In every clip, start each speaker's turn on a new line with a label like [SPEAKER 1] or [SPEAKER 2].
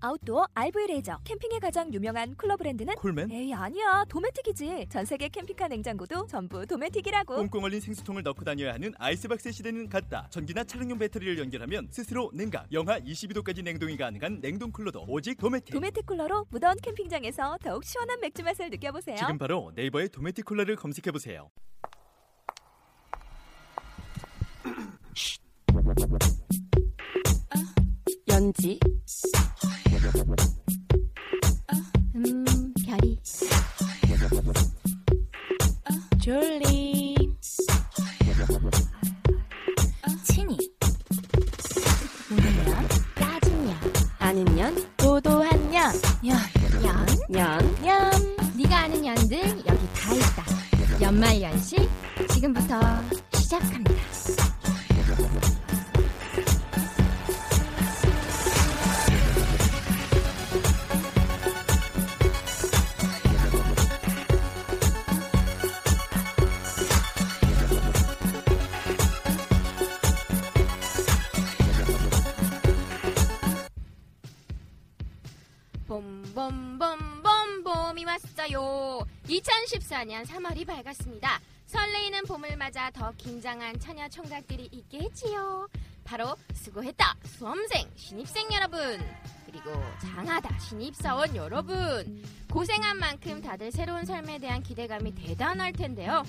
[SPEAKER 1] 아웃도어 RV 레저 캠핑에 가장 유명한 쿨러 브랜드는
[SPEAKER 2] 콜맨?
[SPEAKER 1] 에이 아니야 도메틱이지 전 세계 캠핑카 냉장고도 전부 도메틱이라고
[SPEAKER 2] 꽁꽁 얼린 생수통을 넣고 다녀야 하는 아이스박스 시대는 갔다. 전기나 차량용 배터리를 연결하면 스스로 냉각, 영하 22도까지 냉동이 가능한 냉동 쿨러도 오직 도메틱.
[SPEAKER 1] 도메틱 쿨러로 무더운 캠핑장에서 더욱 시원한 맥주 맛을 느껴보세요
[SPEAKER 2] 지금 바로 네이버에 도메틱 쿨러를 검색해 보세요.
[SPEAKER 3] 연지 음 별이 졸리 친이 오는 년 까진 년 아는 년 도도한 년연연
[SPEAKER 4] 얌 네가 아는 연들 여기 다 있다 연말연시 지금부터 시작합니다 봄봄봄봄 봄이 왔어요 2014년 3월이 밝았습니다 설레이는 봄을 맞아 더 긴장한 처녀 총각들이 있게 했지요 바로 수고했다 수험생 신입생 여러분 그리고 장하다 신입사원 여러분 고생한 만큼 다들 새로운 삶에 대한 기대감이 대단할 텐데요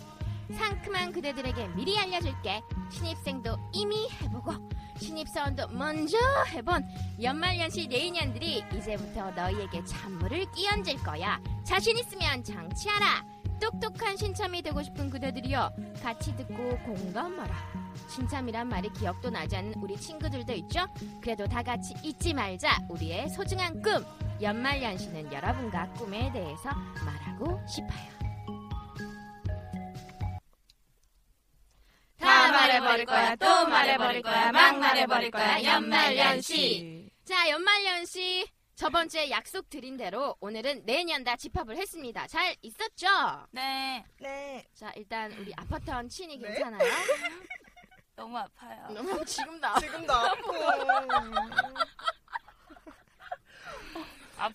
[SPEAKER 4] 상큼한 그대들에게 미리 알려줄게 신입생도 이미 해보고 신입사원도 먼저 해본 연말연시 내인년들이 이제부터 너희에게 찬물을 끼얹을 거야. 자신 있으면 장치하라. 똑똑한 신참이 되고 싶은 그대들이여 같이 듣고 공감하라. 신참이란 말이 기억도 나지 않는 우리 친구들도 있죠. 그래도 다 같이 잊지 말자 우리의 소중한 꿈. 연말연시는 여러분과 꿈에 대해서 말하고 싶어요. 다 말해버릴 거야 또 말해버릴 거야 막 말해버릴 거야 연말연시 자 연말연시 저번 주에 약속 드린 대로 오늘은 내년 다 집합을 했습니다 잘 있었죠?
[SPEAKER 5] 네,
[SPEAKER 4] 자 일단 우리 아파트원 친이 괜찮아요?
[SPEAKER 5] 너무 아파요.
[SPEAKER 4] 네?
[SPEAKER 6] 네.
[SPEAKER 4] 너무 지금 나
[SPEAKER 7] 지금도 아프고.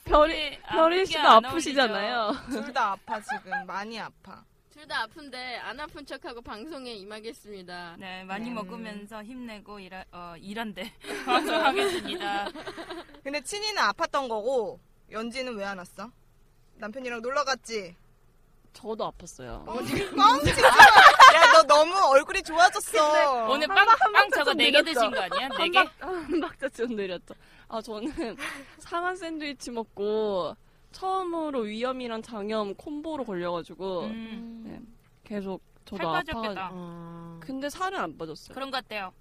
[SPEAKER 5] 별이
[SPEAKER 6] 별이 씨도 아프시잖아요.
[SPEAKER 7] 둘 다 아파 지금 많이 아파.
[SPEAKER 4] 둘 다 아픈데 안 아픈 척하고 방송에 임하겠습니다
[SPEAKER 5] 네, 많이
[SPEAKER 7] 음.
[SPEAKER 5] 먹으면서 힘내고 일하, 어, 일한데 방송하겠습니다.
[SPEAKER 6] 어,
[SPEAKER 7] 근데 친이는 아팠던 거고 연지는 왜 안 왔어? 남편이랑 놀러 갔지.
[SPEAKER 6] 저도 아팠어요.
[SPEAKER 7] 어, 지금 뻥 진짜. 야, 너 너무 얼굴이 좋아졌어.
[SPEAKER 5] 오늘
[SPEAKER 6] 한
[SPEAKER 5] 빵,
[SPEAKER 6] 박- 한
[SPEAKER 5] 빵
[SPEAKER 6] 박자
[SPEAKER 5] 저거
[SPEAKER 6] 좀
[SPEAKER 5] 4개
[SPEAKER 6] 내렸죠.
[SPEAKER 5] 드신 거 아니야? 네개
[SPEAKER 8] 예?
[SPEAKER 6] 한박- 한 박자 좀 느렸죠. 아 저는 상한 샌드위치 먹고 처음으로 위염이랑 장염 콤보로 걸려가지고
[SPEAKER 5] 음,
[SPEAKER 6] 계속
[SPEAKER 5] 살
[SPEAKER 6] 저도 어.
[SPEAKER 5] 빠졌겠다.
[SPEAKER 6] 아파. 근데 살은 안 빠졌어요.
[SPEAKER 5] 그런 것 같아요.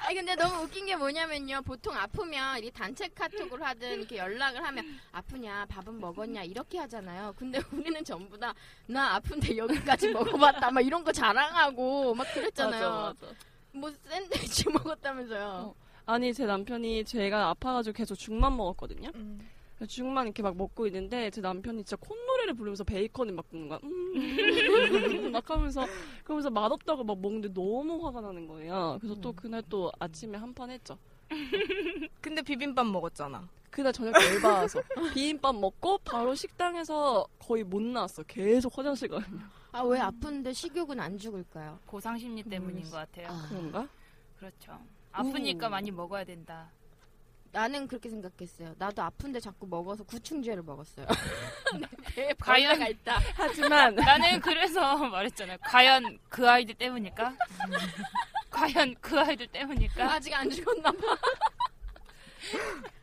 [SPEAKER 4] 아니 근데 너무 웃긴 게 뭐냐면요. 보통 아프면 이 단체 카톡을 하든 이렇게 연락을 하면 아프냐, 밥은 먹었냐 이렇게 하잖아요. 근데 우리는 전부 다 나 아픈데 여기까지 먹어봤다 막 이런 거 자랑하고 막 그랬잖아요.
[SPEAKER 6] 맞아, 맞아.
[SPEAKER 4] 뭐 샌드위치 먹었다면서요.
[SPEAKER 6] 아니 제 남편이 제가 아파가지고 계속 죽만 먹었거든요.
[SPEAKER 7] 음.
[SPEAKER 6] 그래서 죽만 이렇게 막 먹고 있는데 제 남편이 진짜 콧노래를 부르면서 베이컨을 막 굽는 거야. 음, 음, 막 하면서 그러면서 맛없다고 막 먹는데 너무 화가 나는 거예요. 그래서 또 그날 또 아침에 한 판 했죠.
[SPEAKER 7] 근데 비빔밥 먹었잖아.
[SPEAKER 6] 그날 저녁 열받아서 비빔밥 먹고 바로 식당에서 거의 못 나왔어. 계속 화장실 가요.
[SPEAKER 4] 아 왜 아픈데 식욕은 안 죽을까요?
[SPEAKER 5] 고상심리
[SPEAKER 6] 음.
[SPEAKER 5] 때문인 것 같아요.
[SPEAKER 6] 그런가?
[SPEAKER 5] 그렇죠. 아프니까
[SPEAKER 6] 오.
[SPEAKER 5] 많이 먹어야 된다.
[SPEAKER 4] 나는 그렇게 생각했어요. 나도 아픈데 자꾸 먹어서 구충제를 먹었어요. 내
[SPEAKER 6] 네,
[SPEAKER 4] 배에
[SPEAKER 5] 과연-
[SPEAKER 4] 벌레가 있다.
[SPEAKER 6] 하지만
[SPEAKER 5] 나는 그래서 말했잖아요. 과연 그 아이들 때문일까? 과연 그 아이들 때문일까?
[SPEAKER 4] 아직 안 죽었나 봐.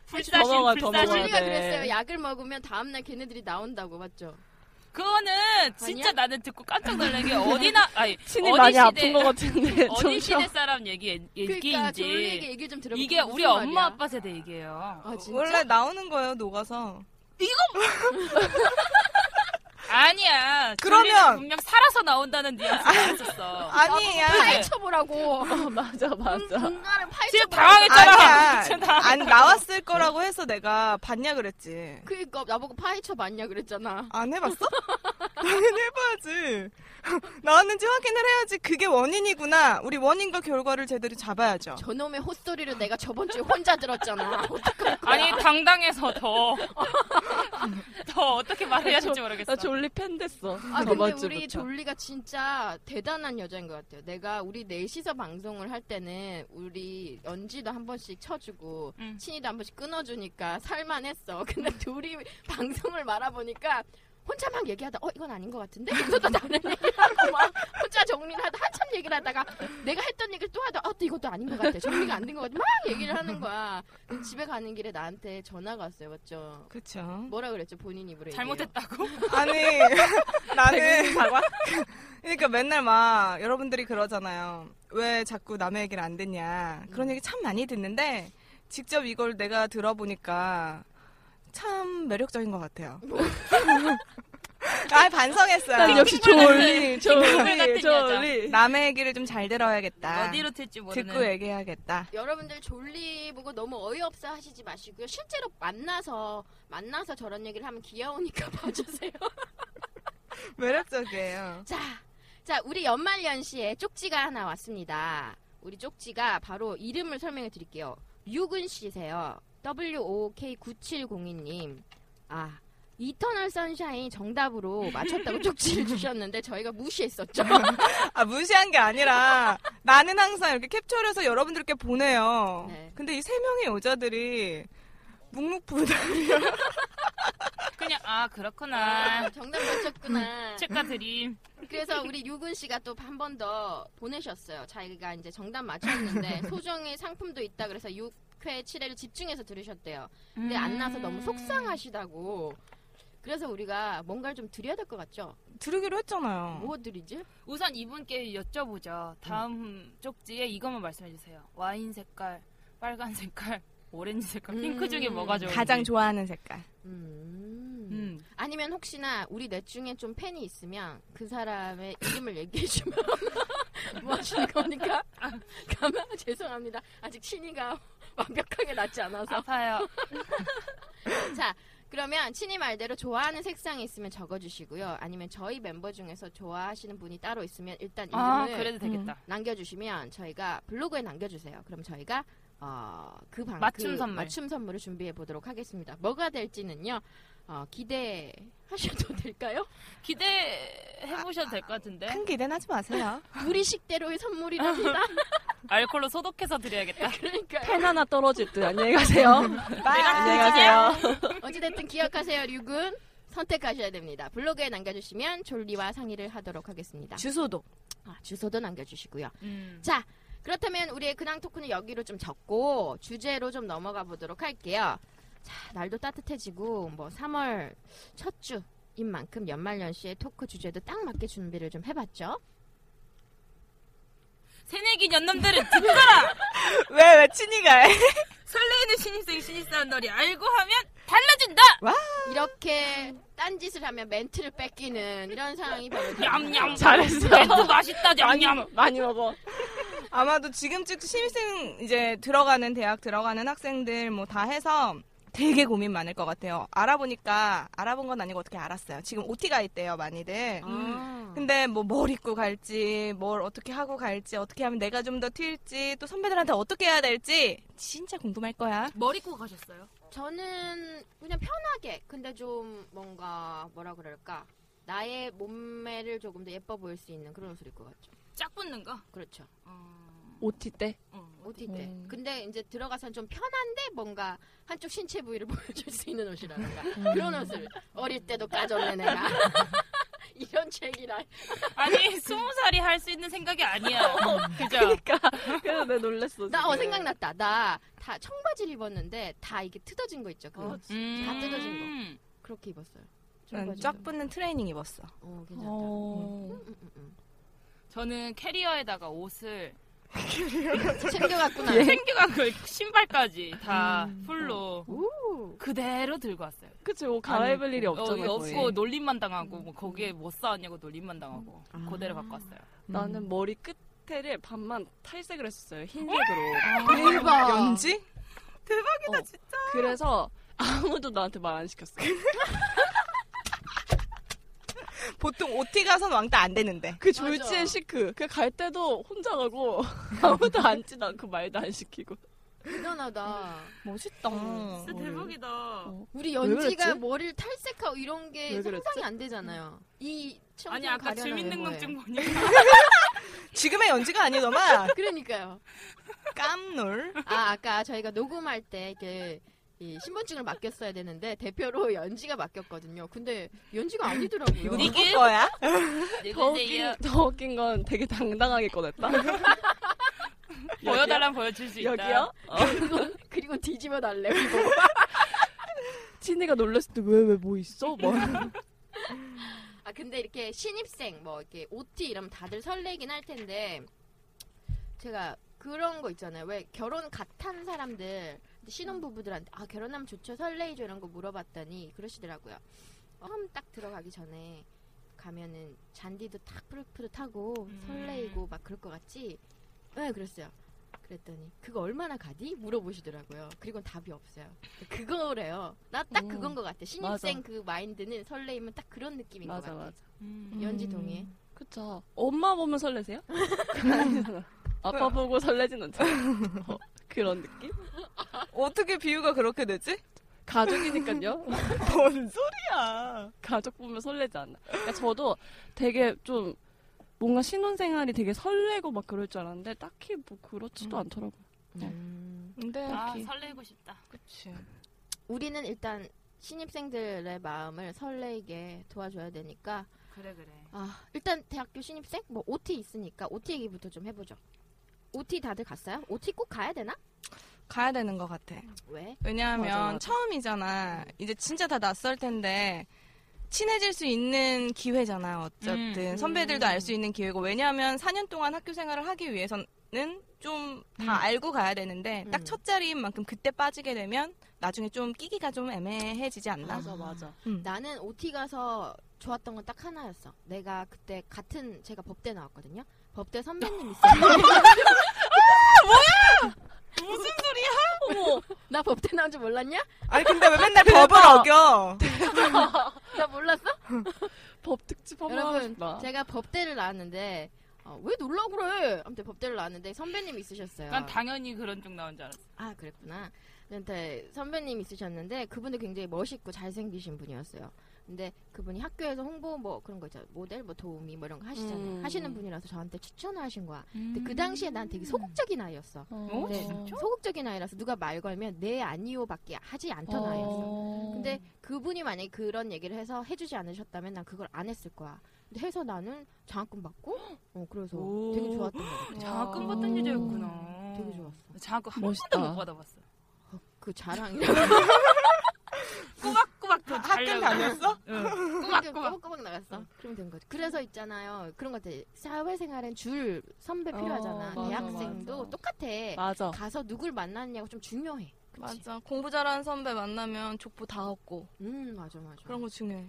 [SPEAKER 5] 불사신,
[SPEAKER 6] 먹어가, 더 먹어야
[SPEAKER 5] 불사신.
[SPEAKER 6] 돼.
[SPEAKER 4] 우리가 그랬어요. 약을 먹으면 다음날 걔네들이 나온다고 맞죠?
[SPEAKER 5] 그거는 진짜
[SPEAKER 4] 아니야?
[SPEAKER 5] 나는 듣고 깜짝 놀란 게 어디나, 아니,
[SPEAKER 6] 신이
[SPEAKER 5] 어디
[SPEAKER 6] 많이
[SPEAKER 5] 시대-
[SPEAKER 6] 아픈 것 같은데
[SPEAKER 5] 어디 시대
[SPEAKER 6] 점점
[SPEAKER 5] 사람 얘기, 얘기인지.
[SPEAKER 4] 그러니까 졸리에게 얘기 좀 들어볼게요.
[SPEAKER 5] 이게 우리
[SPEAKER 4] 무슨
[SPEAKER 5] 엄마
[SPEAKER 4] 말이야?
[SPEAKER 5] 아빠 세대 얘기예요.
[SPEAKER 4] 아 진짜?
[SPEAKER 7] 원래 나오는 거예요, 녹아서.
[SPEAKER 5] 아니야.
[SPEAKER 7] 그러면-
[SPEAKER 5] 그러면 분명 살아서 나온다는 뉘앙스가 있었어.
[SPEAKER 7] 아니야.
[SPEAKER 4] 파헤쳐보라고.
[SPEAKER 6] 맞아 맞아.
[SPEAKER 4] 인간을
[SPEAKER 5] 네. 지금
[SPEAKER 4] 파헤쳐보라고.
[SPEAKER 5] 당황했잖아. 지금
[SPEAKER 7] 아니야.
[SPEAKER 5] 당황-
[SPEAKER 7] 안 나왔을 거라고 해서 내가 봤냐 그랬지.
[SPEAKER 4] 그니까 나보고 파헤쳐 봤냐 그랬잖아.
[SPEAKER 7] 안 해봤어? 당연히 해봐야지. 나왔는지 확인을 해야지. 그게 원인이구나. 우리 원인과 결과를 제대로 잡아야죠.
[SPEAKER 4] 저놈의 헛소리를 내가 저번 주에 혼자 들었잖아. 어떡할 거야.
[SPEAKER 5] 아니 당당해서
[SPEAKER 4] 어.
[SPEAKER 5] 더. 더 어떻게 말해야 될지 모르겠어.
[SPEAKER 6] 나 졸리 팬 됐어.
[SPEAKER 4] 아
[SPEAKER 6] 저번
[SPEAKER 4] 근데
[SPEAKER 6] 주부터.
[SPEAKER 4] 우리 졸리가 진짜 대단한 여자인 것 같아요. 내가 우리 넷이서 방송을 할 때는 우리 연지도 한 번씩 쳐주고
[SPEAKER 5] 응.
[SPEAKER 4] 친이도 한 번씩 끊어주니까 살만했어. 근데 둘이 방송을 말아보니까 혼자 막 얘기하다 어 이건 아닌 것 같은데 그래서 또 다른 얘기를 하고 막 혼자 정리를 하다 한참 얘기를 하다가 내가 했던 얘기를 또 하다 아또 이것도 아닌 것 같아 정리가 안 된 것 같아 막 얘기를 하는 거야 근데 집에 가는 길에 나한테 전화가 왔어요 맞죠
[SPEAKER 7] 그쵸.
[SPEAKER 4] 뭐라 그랬죠 본인 입으로 얘기해요.
[SPEAKER 5] 잘못했다고?
[SPEAKER 7] 아니, 나는.
[SPEAKER 5] 사과?
[SPEAKER 7] 그러니까 맨날 막 여러분들이 그러잖아요. 왜 자꾸 남의 얘기를 안 듣냐. 그런 얘기 참 많이 듣는데 직접 이걸 내가 들어보니까 참 매력적인 것 같아요. 아 반성했어요.
[SPEAKER 6] 난 역시 졸리
[SPEAKER 5] 핑크물 같은
[SPEAKER 6] 졸리
[SPEAKER 5] 여자.
[SPEAKER 6] 졸리.
[SPEAKER 7] 남의 얘기를 좀 잘
[SPEAKER 4] 아,
[SPEAKER 7] 들어야겠다.
[SPEAKER 5] 어디로 튈지 모르는.
[SPEAKER 7] 듣고 얘기해야겠다.
[SPEAKER 4] 여러분들 졸리 보고 너무 어이없어 하시지 마시고요. 실제로 만나서 만나서 저런 얘기를 하면 귀여우니까 봐주세요.
[SPEAKER 7] 매력적이에요.
[SPEAKER 4] 자, 자 우리 연말 연시에 쪽지가 하나 왔습니다. 우리 쪽지가 바로 이름을 설명해 드릴게요. 유근 씨세요. WOK9702님. 아, 이터널 선샤인 정답으로 맞췄다고 쪽지를 주셨는데 저희가 무시했었죠.
[SPEAKER 7] 아 무시한 게 아니라 나는 항상 이렇게 캡처를 해서 여러분들께 보내요.
[SPEAKER 4] 네.
[SPEAKER 7] 근데 이 세 명의 여자들이 묵묵부답
[SPEAKER 5] 그냥 아 그렇구나. 음.
[SPEAKER 4] 아, 정답 맞췄구나.
[SPEAKER 5] 축하드림.
[SPEAKER 4] 그래서 우리 유근 씨가 또 한 번 더 보내셨어요. 자기가 이제 정답 맞췄는데 소정의 상품도 있다 그래서 6회 7회를 집중해서 들으셨대요. 근데 안 나서
[SPEAKER 5] 음.
[SPEAKER 4] 너무 속상하시다고. 그래서 우리가 뭔가를 좀 드려야 될 것 같죠?
[SPEAKER 7] 들으기로 했잖아요.
[SPEAKER 4] 뭐 드리지?
[SPEAKER 5] 우선 이분께 여쭤보죠. 다음 쪽지에 이것만 말씀해 주세요. 와인 색깔, 빨간 색깔, 오렌지 색깔,
[SPEAKER 4] 음.
[SPEAKER 5] 핑크 중에 뭐가 좋은지.
[SPEAKER 7] 가장 좋아하는 색깔.
[SPEAKER 4] 음.
[SPEAKER 5] 음.
[SPEAKER 4] 아니면 혹시나 우리 넷 중에 좀 팬이 있으면 그 사람의 이름을 얘기해주면 뭐 하시는 겁니까? 아, 가만 죄송합니다. 아직 신이가 완벽하게 낫지 않아서.
[SPEAKER 5] 아파요.
[SPEAKER 4] 자, 그러면 친이 말대로 좋아하는 색상이 있으면 적어주시고요. 아니면 저희 멤버 중에서 좋아하시는 분이 따로 있으면 일단 이름을
[SPEAKER 5] 아 그래도 되겠다.
[SPEAKER 4] 남겨주시면 저희가 블로그에 남겨주세요. 그럼 저희가 어, 그 방,
[SPEAKER 5] 맞춤
[SPEAKER 4] 그
[SPEAKER 5] 선물.
[SPEAKER 4] 맞춤 선물을 준비해 보도록 하겠습니다. 뭐가 될지는요 어, 기대하셔도 될까요?
[SPEAKER 5] 기대해 보셔도 될 것
[SPEAKER 8] 네?
[SPEAKER 5] 같은데.
[SPEAKER 7] 큰 기대는 하지 마세요.
[SPEAKER 4] 우리 식대로의 선물이랍니다.
[SPEAKER 5] 알콜로 소독해서 드려야겠다.
[SPEAKER 4] 그러니까요.
[SPEAKER 6] 팬 하나 떨어질 듯 안녕히 가세요.
[SPEAKER 7] 아,
[SPEAKER 6] 안녕히 가세요.
[SPEAKER 4] 어찌됐든 기억하세요, 류군. 선택하셔야 됩니다. 블로그에 남겨주시면 졸리와 상의를 하도록 하겠습니다.
[SPEAKER 7] 주소도.
[SPEAKER 4] 아, 주소도 남겨주시고요.
[SPEAKER 5] 음.
[SPEAKER 4] 자, 그렇다면 우리의 근황 토크는 여기로 좀 적고 주제로 좀 넘어가 보도록 할게요. 자, 날도 따뜻해지고 뭐 3월 첫 주인 만큼 연말연시의 토크 주제도 딱 맞게 준비를 좀 해봤죠.
[SPEAKER 5] 새내기 년놈들은 듣-
[SPEAKER 7] 왜, 왜 친이가 해?
[SPEAKER 5] 설레이는 신입생 신입사원 놀이 알고 하면 달라진다.
[SPEAKER 4] 이렇게 딴짓을 하면 멘트를 뺏기는 이런 상황이 아, 벌어져.
[SPEAKER 5] 냠냠.
[SPEAKER 6] 잘했어.
[SPEAKER 5] 멘트 맛있다. 냠냠.
[SPEAKER 6] 많이 먹어.
[SPEAKER 7] 아마도 지금 쭉 신입생 이제 들어가는 대학 들어가는 학생들 뭐 다 해서 되게 고민 많을 것 같아요. 알아보니까 알아본 건 아니고 어떻게 알았어요. 지금 OT가 있대요, 많이들.
[SPEAKER 4] 아.
[SPEAKER 7] 근데 뭐 뭘 입고 갈지, 뭘 어떻게 하고 갈지, 어떻게 하면 내가 좀 더 튈지, 또 선배들한테 어떻게 해야 될지 진짜 궁금할 거야.
[SPEAKER 5] 머리 꼬 가셨어요?
[SPEAKER 4] 저는 그냥 편하게 근데 좀 뭔가 뭐라 그럴까 나의 몸매를 조금 더 예뻐 보일 수 있는 그런 옷을 입고 갔죠.
[SPEAKER 5] 짝 붙는 거.
[SPEAKER 4] 그렇죠.
[SPEAKER 5] 어.
[SPEAKER 6] OT 때.
[SPEAKER 5] 어.
[SPEAKER 4] OT 때.
[SPEAKER 7] 음.
[SPEAKER 4] 근데 이제 들어가선 좀 편한데 뭔가 한쪽 신체 부위를 보여줄 수 있는 옷이라든가
[SPEAKER 6] 음.
[SPEAKER 4] 그런 옷을 어릴 때도 까졌네 내가. 이런 책이라.
[SPEAKER 5] 아니 스무 살이 할 수 있는 생각이 아니야. 그죠?
[SPEAKER 6] 그러니까 그래서 내가 놀랬어.
[SPEAKER 4] 나 어
[SPEAKER 6] 지금.
[SPEAKER 4] 생각났다. 나 다 청바지를 입었는데 다 이게 뜯어진 거 있죠. 그거
[SPEAKER 8] 음.
[SPEAKER 4] 다 뜯어진 거. 그렇게 입었어요. 음.
[SPEAKER 7] 저는
[SPEAKER 4] 청바지도.
[SPEAKER 7] 쫙 붙는 트레이닝 입었어.
[SPEAKER 4] 어, 괜찮다.
[SPEAKER 6] 어.
[SPEAKER 4] 음, 음, 음.
[SPEAKER 5] 저는 캐리어에다가 옷을
[SPEAKER 4] 챙겨갔구나.
[SPEAKER 6] 예.
[SPEAKER 8] 챙겨간 거 신발까지 다
[SPEAKER 6] 음.
[SPEAKER 8] 풀로 그대로 들고 왔어요.
[SPEAKER 6] 그치, 옷 갈아입을 일이
[SPEAKER 8] 어,
[SPEAKER 6] 없잖아. 거의.
[SPEAKER 8] 없고 놀림만 당하고 뭐 거기에 못 사왔냐고 놀림만 당하고 아. 그대로 갖고 왔어요.
[SPEAKER 6] 나는 머리 끝에를 반만 탈색을 했었어요. 흰색으로.
[SPEAKER 7] 아.
[SPEAKER 4] 대박.
[SPEAKER 7] 음. 연지?
[SPEAKER 6] 그래서 아무도 나한테 말 안 시켰어.
[SPEAKER 7] 보통 OT 가선 왕따 안 되는데.
[SPEAKER 6] 그 졸지의 시크. 그 갈 때도 혼자 가고 아무도 앉지도 않고 말도 안 시키고. 음.
[SPEAKER 4] 대단하다.
[SPEAKER 7] 멋있다.
[SPEAKER 6] 어.
[SPEAKER 8] 대박이다.
[SPEAKER 4] 우리
[SPEAKER 6] 왜
[SPEAKER 4] 연지가
[SPEAKER 6] 그랬지?
[SPEAKER 4] 머리를 탈색하고 이런 게
[SPEAKER 6] 왜 그랬지?
[SPEAKER 4] 상상이 안 되잖아요. 이 청순
[SPEAKER 8] 아니 아까
[SPEAKER 4] 가련한
[SPEAKER 8] 주민등록증
[SPEAKER 4] 외모에.
[SPEAKER 8] 보니까
[SPEAKER 7] 지금의 연지가 아니더만
[SPEAKER 4] 그러니까요.
[SPEAKER 7] 깜놀.
[SPEAKER 4] 아 아까 저희가 녹음할 때 이렇게 이 신분증을 맡겼어야 되는데 대표로 연지가 맡겼거든요. 근데 연지가 아니더라고요.
[SPEAKER 7] 이거 누구 거야?
[SPEAKER 6] 더 웃긴, 더 웃긴 건 되게 당당하게 꺼냈다.
[SPEAKER 8] 보여달라 보여줄 수 있다.
[SPEAKER 6] 여기요?
[SPEAKER 4] 그리고, 그리고 뒤집어 달래. 그리고.
[SPEAKER 6] 친이가 놀랐을 때 왜 왜 뭐 있어? 뭐.
[SPEAKER 4] 아 근데 이렇게 신입생 뭐 이렇게 OT 이러면 다들 설레긴 할 텐데 제가 그런 거 있잖아요. 왜 결혼 갓한 사람들 신혼 부부들한테 아 결혼하면 좋죠 설레이죠 이런 거 물어봤더니 그러시더라고요. 어, 처음 딱 들어가기 전에 가면은 잔디도 탁 푸릇푸릇하고
[SPEAKER 8] 음.
[SPEAKER 4] 설레이고 막 그럴 것 같지? 네 그랬어요. 그랬더니 그거 얼마나 가디? 물어보시더라고요. 그리고 답이 없어요. 그거래요. 나 딱
[SPEAKER 6] 음.
[SPEAKER 4] 그건 것 같아. 신입생
[SPEAKER 6] 맞아.
[SPEAKER 4] 그 마인드는 설레이면 딱 그런 느낌인 것
[SPEAKER 6] 맞아,
[SPEAKER 4] 같아.
[SPEAKER 6] 맞아.
[SPEAKER 8] 음.
[SPEAKER 4] 연지 동의해.
[SPEAKER 6] 그쵸. 엄마 보면 설레세요? 아니잖아. 아빠 보고 설레진 않잖아. 어, 그런 느낌?
[SPEAKER 7] 어떻게 비유가 그렇게 되지?
[SPEAKER 6] 가족이니까요.
[SPEAKER 7] 뭔
[SPEAKER 6] 아.
[SPEAKER 7] 소리야?
[SPEAKER 6] 가족 보면 설레지 않나. 그러니까 저도 되게 좀 뭔가 신혼생활이 되게 설레고 막 그럴 줄 알았는데 딱히 뭐 그렇지도 않더라고.
[SPEAKER 7] 근데
[SPEAKER 8] 아 설레고 싶다.
[SPEAKER 7] 그치.
[SPEAKER 4] 음.
[SPEAKER 6] 네.
[SPEAKER 4] 우리는 일단 신입생들의 마음을 설레게 도와줘야 되니까
[SPEAKER 8] 그래 그래.
[SPEAKER 4] 아 일단 대학교 신입생 뭐 OT 있으니까 OT 얘기부터 좀 해보죠. OT 다들 갔어요? OT 꼭 가야 되나?
[SPEAKER 7] 가야 되는 것 같아.
[SPEAKER 4] 왜?
[SPEAKER 7] 왜냐하면
[SPEAKER 6] 맞아, 맞아.
[SPEAKER 7] 처음이잖아. 이제 진짜 다 낯설 텐데 친해질 수 있는 기회잖아. 어쨌든
[SPEAKER 8] 음, 음.
[SPEAKER 7] 선배들도 알 수 있는 기회고 왜냐하면 4년 동안 학교 생활을 하기 위해서는 좀 다
[SPEAKER 8] 음.
[SPEAKER 7] 알고 가야 되는데
[SPEAKER 4] 음.
[SPEAKER 7] 딱 첫 자리인 만큼 그때 빠지게 되면 나중에 좀 끼기가 좀 애매해지지 않나?
[SPEAKER 4] 맞아, 맞아.
[SPEAKER 7] 음.
[SPEAKER 4] 나는 OT 가서 좋았던 건 딱 하나였어. 내가 그때 같은 제가 법대 나왔거든요. 법대 선배님 있어요.
[SPEAKER 7] 아, 무슨 소리야?
[SPEAKER 6] 어머,
[SPEAKER 4] 나 법대 나온 줄 몰랐냐?
[SPEAKER 7] 아니 근데 왜 맨날 법을 어겨?
[SPEAKER 4] 나 몰랐어?
[SPEAKER 6] 법 특집 한번 하고
[SPEAKER 4] 여러분
[SPEAKER 7] 아.
[SPEAKER 6] 싶다.
[SPEAKER 4] 제가 법대를 나왔는데 어, 왜 놀라 그래? 아무튼 법대를 나왔는데 선배님 있으셨어요.
[SPEAKER 8] 난 당연히 그런 쪽 나온 줄 알았어.
[SPEAKER 4] 아 그랬구나. 저한테 선배님 있으셨는데 그분도 굉장히 멋있고 잘생기신 분이었어요. 근데 그분이 학교에서 홍보 뭐 그런 거 있잖아요. 모델 뭐 도우미 뭐 이런 거 하시잖아요.
[SPEAKER 6] 음.
[SPEAKER 4] 하시는 분이라서 저한테 추천을 하신 거야. 근데 그 당시에 난 되게 소극적인 아이였어.
[SPEAKER 6] 어,
[SPEAKER 4] 네. 소극적인 아이라서 누가 말 걸면 네 아니요밖에 하지 않던 아이였어. 근데 그분이 만약에 그런 얘기를 해서 해주지 않으셨다면 난 그걸 안 했을 거야. 근데 해서 나는 장학금 받고 어 그래서
[SPEAKER 6] 오.
[SPEAKER 4] 되게 좋았던 거 같아.
[SPEAKER 8] 장학금 받던 여자였구나.
[SPEAKER 4] 되게 좋았어.
[SPEAKER 8] 장학금 한
[SPEAKER 6] 멋있다.
[SPEAKER 8] 번도 못 받아봤어.
[SPEAKER 4] 그 자랑이.
[SPEAKER 8] 꼬박꼬박 더
[SPEAKER 7] 학교
[SPEAKER 8] 잘려고.
[SPEAKER 7] 다녔어?
[SPEAKER 8] 응.
[SPEAKER 4] 꼬박
[SPEAKER 8] 꼬박꼬박.
[SPEAKER 4] 꼬박 나갔어. 그러면 된 거지. 그래서 있잖아요. 그런 것 같아. 사회생활엔 줄 선배
[SPEAKER 6] 어,
[SPEAKER 4] 필요하잖아.
[SPEAKER 6] 맞아,
[SPEAKER 4] 대학생도
[SPEAKER 6] 맞아.
[SPEAKER 4] 똑같아.
[SPEAKER 6] 맞아.
[SPEAKER 4] 가서 누굴 만났냐고 좀 중요해. 그치?
[SPEAKER 7] 맞아. 공부 잘하는 선배 만나면 족보 다 얻고
[SPEAKER 4] 음 맞아 맞아.
[SPEAKER 7] 그런 거 중요해.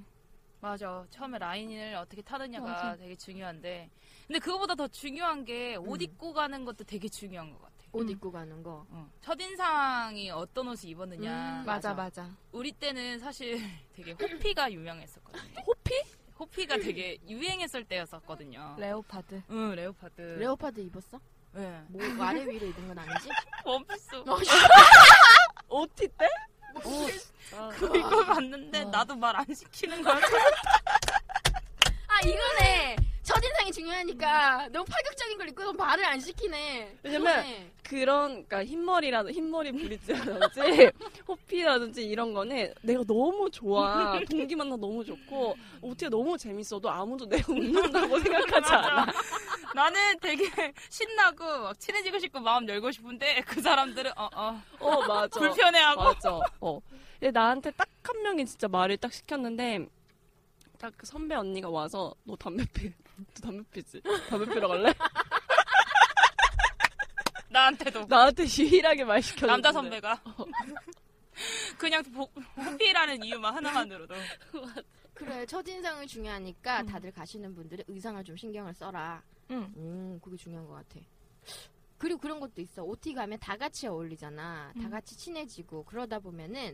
[SPEAKER 8] 맞아. 처음에 라인을 어떻게 타느냐가
[SPEAKER 4] 맞아.
[SPEAKER 8] 되게 중요한데. 근데 그거보다 더 중요한 게 옷
[SPEAKER 4] 음.
[SPEAKER 8] 입고 가는 것도 되게 중요한 것 같아.
[SPEAKER 4] 옷
[SPEAKER 7] 음.
[SPEAKER 4] 입고 가는 거.
[SPEAKER 8] 어. 첫인상이 어떤 옷을 입었느냐.
[SPEAKER 4] 음,
[SPEAKER 7] 맞아
[SPEAKER 4] 맞아.
[SPEAKER 7] 맞아.
[SPEAKER 8] 우리 때는 사실 되게 호피가 유명했었거든요.
[SPEAKER 6] 호피?
[SPEAKER 8] 호피가 되게 유행했을 때였었거든요.
[SPEAKER 1] 네.
[SPEAKER 7] 레오파드.
[SPEAKER 8] 응, 레오파드.
[SPEAKER 4] 레오파드 입었어?
[SPEAKER 8] 예.
[SPEAKER 4] 뭐 아래 위로 입은 건 아니지?
[SPEAKER 8] 원피스.
[SPEAKER 4] 어, 씨.
[SPEAKER 6] OT 때?
[SPEAKER 8] 그거 입고 봤는데 나도 말 안 시키는 거야.
[SPEAKER 4] 아 이거네. 첫인상이 중요하니까 너무 파격적인 걸 입고 너무 말을 안 시키네.
[SPEAKER 6] 왜냐면
[SPEAKER 4] 그러네.
[SPEAKER 6] 그런 그러니까 흰머리라든 흰머리 브릿지라든지 호피라든지 이런 거는 내가 너무 좋아 동기 만나 너무 좋고 OT가 너무 재밌어도 아무도 내가 웃는다고 생각하지 않아.
[SPEAKER 8] 나는 되게 신나고 막 친해지고 싶고 마음 열고 싶은데 그 사람들은 어어
[SPEAKER 6] 어 맞아.
[SPEAKER 8] 불편해하고
[SPEAKER 6] 맞아. 어. 근데 나한테 딱 한 명이 진짜 말을 딱 시켰는데 딱그 선배 언니가 와서 너 담배 피, 너 담배 피지? 담배 피러 갈래? 나한테 유일하게 말 시켜.
[SPEAKER 8] 남자 선배가 그냥 보- 호피라는 이유만 하나만으로도
[SPEAKER 4] 그래 첫인상이 중요하니까 다들 가시는 분들의 의상을 좀 신경을 써라.
[SPEAKER 7] 응.
[SPEAKER 4] 음 그게 중요한 것 같아. 그리고 그런 것도 있어. OT 가면 다 같이 어울리잖아. 다 같이 친해지고 그러다 보면은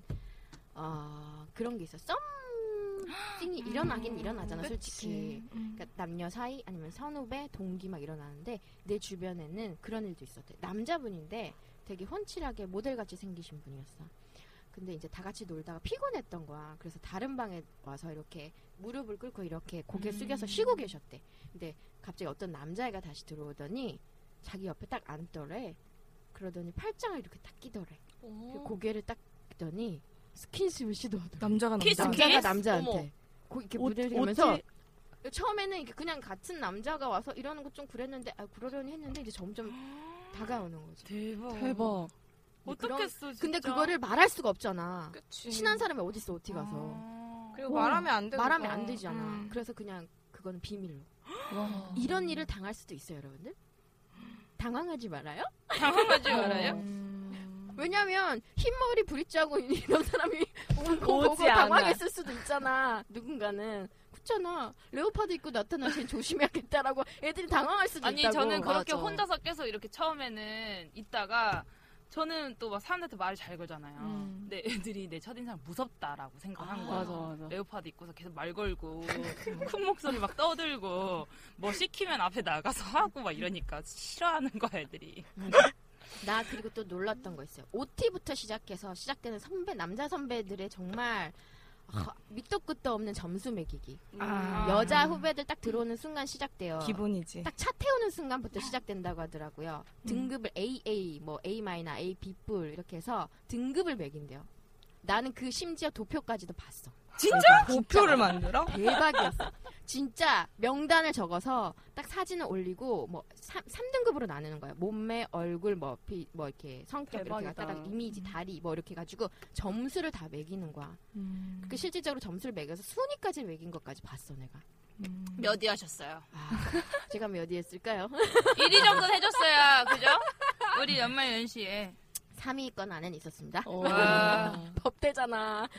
[SPEAKER 4] 어, 그런 게 있어. 썸씽이 일어나긴 일어나잖아 솔직히. 그러니까 남녀 사이 아니면 선후배 동기 막 일어나는데 내 주변에는 그런 일도 있었대 남자분인데 되게 훤칠하게 모델같이 생기신 분이었어 근데 이제 다 같이 놀다가 피곤했던 거야 그래서 다른 방에 와서 이렇게 무릎을 꿇고 이렇게 고개 숙여서 쉬고 계셨대 근데 갑자기 어떤 남자애가 다시 들어오더니 자기 옆에 딱 앉더래 그러더니 팔짱을 이렇게 딱 끼더래 그
[SPEAKER 8] 어.
[SPEAKER 4] 고개를 딱 끼더니 스킨십을 시도하더래
[SPEAKER 7] 남자가
[SPEAKER 8] 키스,
[SPEAKER 7] 남자.
[SPEAKER 8] 키스?
[SPEAKER 4] 남자가 남자한테
[SPEAKER 6] 어머.
[SPEAKER 4] 고, 이렇게
[SPEAKER 6] 옷-
[SPEAKER 4] 무대면서
[SPEAKER 6] 옷이-
[SPEAKER 4] 처음에는 이렇게 그냥 같은 남자가 와서 이러는 거 좀 그랬는데 아 그러려니 했는데 이제 점점 다가오는 거지.
[SPEAKER 8] 대박
[SPEAKER 6] 대박.
[SPEAKER 8] 어떻겠어 진짜
[SPEAKER 4] 근데 그거를 말할 수가 없잖아.
[SPEAKER 7] 그치.
[SPEAKER 4] 친한 사람이 어딨어 어디 가서
[SPEAKER 8] 아,
[SPEAKER 7] 그리고 말하면 안 되고.
[SPEAKER 4] 말하면 안 되잖아.
[SPEAKER 7] 음. 아.
[SPEAKER 4] 그래서 그냥 그건 비밀로.
[SPEAKER 6] 와.
[SPEAKER 4] 이런 일을 당할 수도 있어요, 여러분들. 당황하지 말아요.
[SPEAKER 8] 당황하지 말아요
[SPEAKER 4] 왜냐면 흰머리 브릿지하고 이런 사람이 오고 오고
[SPEAKER 6] 오지 않아.
[SPEAKER 4] 당황했을 수도 있잖아. 누군가는 그렇잖아. 레오파드 입고 나타나 쟤 조심해야겠다라고 애들이 당황할 수도
[SPEAKER 8] 아니
[SPEAKER 4] 있다고.
[SPEAKER 8] 저는 그렇게
[SPEAKER 4] 맞아.
[SPEAKER 8] 혼자서 계속 이렇게 처음에는 있다가 저는 또 막 사람들한테 말을 잘 걸잖아요
[SPEAKER 7] 음.
[SPEAKER 8] 근데 애들이 내 첫인상 무섭다라고 생각한 거야
[SPEAKER 6] 맞아 맞아.
[SPEAKER 8] 레오파드 입고서 계속 말 걸고 큰 목소리 막 떠들고 뭐 시키면 앞에 나가서 하고 막 이러니까 싫어하는 거야 애들이
[SPEAKER 4] 음. 나 그리고 또 놀랐던 거 있어요. OT부터 시작해서 시작되는 선배 남자 선배들의 정말 아, 밑도 끝도 없는 점수 매기기.
[SPEAKER 7] 아.
[SPEAKER 4] 여자 후배들 딱 들어오는 순간 시작돼요.
[SPEAKER 8] 네.
[SPEAKER 7] 기본이지.
[SPEAKER 4] 딱 차 태우는 순간부터 시작된다고 하더라고요.
[SPEAKER 8] 음.
[SPEAKER 4] 등급을 AA, 뭐 A 마이너, A B뿔 이렇게 해서 등급을 매긴대요. 나는 그 심지어 도표까지도 봤어.
[SPEAKER 7] 도표를 그러니까 만들어?
[SPEAKER 4] 대박이었어. 진짜 명단을 적어서 딱 사진을 올리고 뭐 3, 등급으로 나누는 거예요. 몸매, 얼굴, 뭐, 피, 뭐 이렇게 성격 이렇게
[SPEAKER 8] 대박이다. 음.
[SPEAKER 4] 갖다가 이미지, 다리 뭐 이렇게 가지고 점수를 다 매기는 거야.
[SPEAKER 8] 음.
[SPEAKER 4] 그 실질적으로 점수를 매겨서 순위까지 매긴 것까지 봤어 내가.
[SPEAKER 8] 몇 위 하셨어요?
[SPEAKER 4] 아, 제가 몇 위 했을까요?
[SPEAKER 8] 1위 정도는 해줬어야 그죠? 우리 연말 연시에
[SPEAKER 4] 3위권 안에는
[SPEAKER 8] 어.
[SPEAKER 4] 있었습니다.
[SPEAKER 8] 와.
[SPEAKER 4] 법대잖아.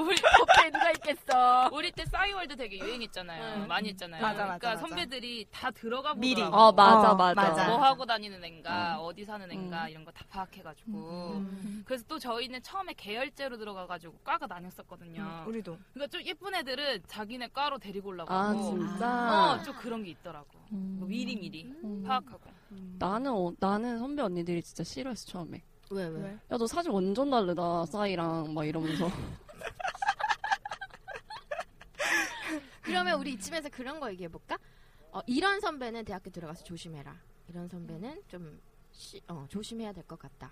[SPEAKER 8] 우리,
[SPEAKER 4] 법대 누가 있겠어.
[SPEAKER 8] 우리 때 싸이월드 되게 유행했잖아요
[SPEAKER 4] 응.
[SPEAKER 8] 많이 했잖아요
[SPEAKER 7] 맞아, 맞아,
[SPEAKER 8] 그러니까
[SPEAKER 7] 맞아.
[SPEAKER 8] 선배들이 다 들어가
[SPEAKER 7] 미리.
[SPEAKER 8] 보더라고
[SPEAKER 7] 어,
[SPEAKER 3] 맞아,
[SPEAKER 7] 어,
[SPEAKER 3] 맞아.
[SPEAKER 7] 맞아.
[SPEAKER 8] 뭐 하고 다니는 앤가 어디 사는 앤가 이런 거 다 파악해가지고 그래서 또 저희는 처음에 계열제로 들어가가지고 과가 나뉘었었거든요
[SPEAKER 7] 음, 우리도.
[SPEAKER 8] 그러니까 좀 예쁜 애들은 자기네 과로 데리고 올라가고
[SPEAKER 6] 아 진짜.
[SPEAKER 8] 어, 좀 그런 게 있더라고
[SPEAKER 6] 음.
[SPEAKER 8] 미리 미리 파악하고
[SPEAKER 6] 나는 어, 나는 선배 언니들이 진짜 싫어했어 처음에.
[SPEAKER 4] 왜 왜?
[SPEAKER 7] 왜?
[SPEAKER 6] 야 너 사진 완전 다르다 싸이랑 막 이러면서.
[SPEAKER 4] 그러면 우리 이쯤에서 그런 거 얘기해 볼까? 어, 이런 선배는 대학교 들어가서 조심해라. 이런 선배는 좀 시- 어, 조심해야 될 것 같다.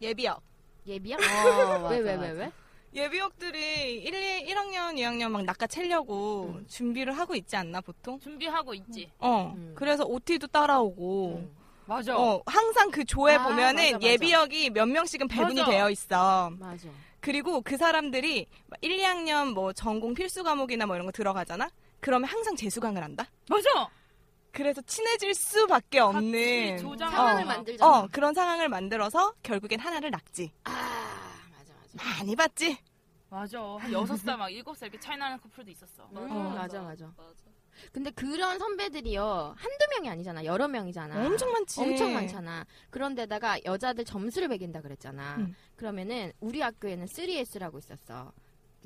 [SPEAKER 7] 예비역.
[SPEAKER 4] 예비야?
[SPEAKER 6] 맞아,
[SPEAKER 4] 왜 왜 왜
[SPEAKER 6] 맞아.
[SPEAKER 4] 왜?
[SPEAKER 7] 예비역들이 1, 1학년, 2학년 막 낚아채려고
[SPEAKER 4] 음.
[SPEAKER 7] 준비를 하고 있지 않나, 보통?
[SPEAKER 8] 준비하고 있지
[SPEAKER 7] 어.
[SPEAKER 4] 음.
[SPEAKER 7] 그래서 OT도 따라오고.
[SPEAKER 4] 음.
[SPEAKER 8] 맞아
[SPEAKER 7] 어, 항상 그 조에
[SPEAKER 4] 아,
[SPEAKER 7] 보면은
[SPEAKER 4] 맞아, 맞아.
[SPEAKER 7] 예비역이 몇 명씩은 배분이
[SPEAKER 8] 맞아.
[SPEAKER 7] 되어 있어.
[SPEAKER 4] 맞아.
[SPEAKER 7] 그리고 그 사람들이 1, 2학년 뭐 전공 필수 과목이나 뭐 이런 거 들어가잖아? 그러면 항상 재수강을 한다?
[SPEAKER 8] 맞아
[SPEAKER 7] 그래서 친해질 수밖에 없는.
[SPEAKER 8] 같이 조장
[SPEAKER 4] 상황을
[SPEAKER 7] 어.
[SPEAKER 4] 만들잖아.
[SPEAKER 7] 어, 그런 상황을 만들어서 결국엔 하나를 낚지.
[SPEAKER 4] 아, 맞아 맞아.
[SPEAKER 7] 많이 봤지?
[SPEAKER 8] 맞아 한 여섯 살 막 일곱 살 이렇게 차이 나는 커플도 있었어
[SPEAKER 4] 음, 맞아 맞아. 근데 그런 선배들이요. 한두 명이 아니잖아. 여러 명이잖아.
[SPEAKER 7] 엄청 많지. 음,
[SPEAKER 4] 엄청 많잖아. 그런데다가 여자들 점수를 매긴다 그랬잖아.
[SPEAKER 7] 음.
[SPEAKER 4] 그러면은 우리 학교에는 3S라고 있었어.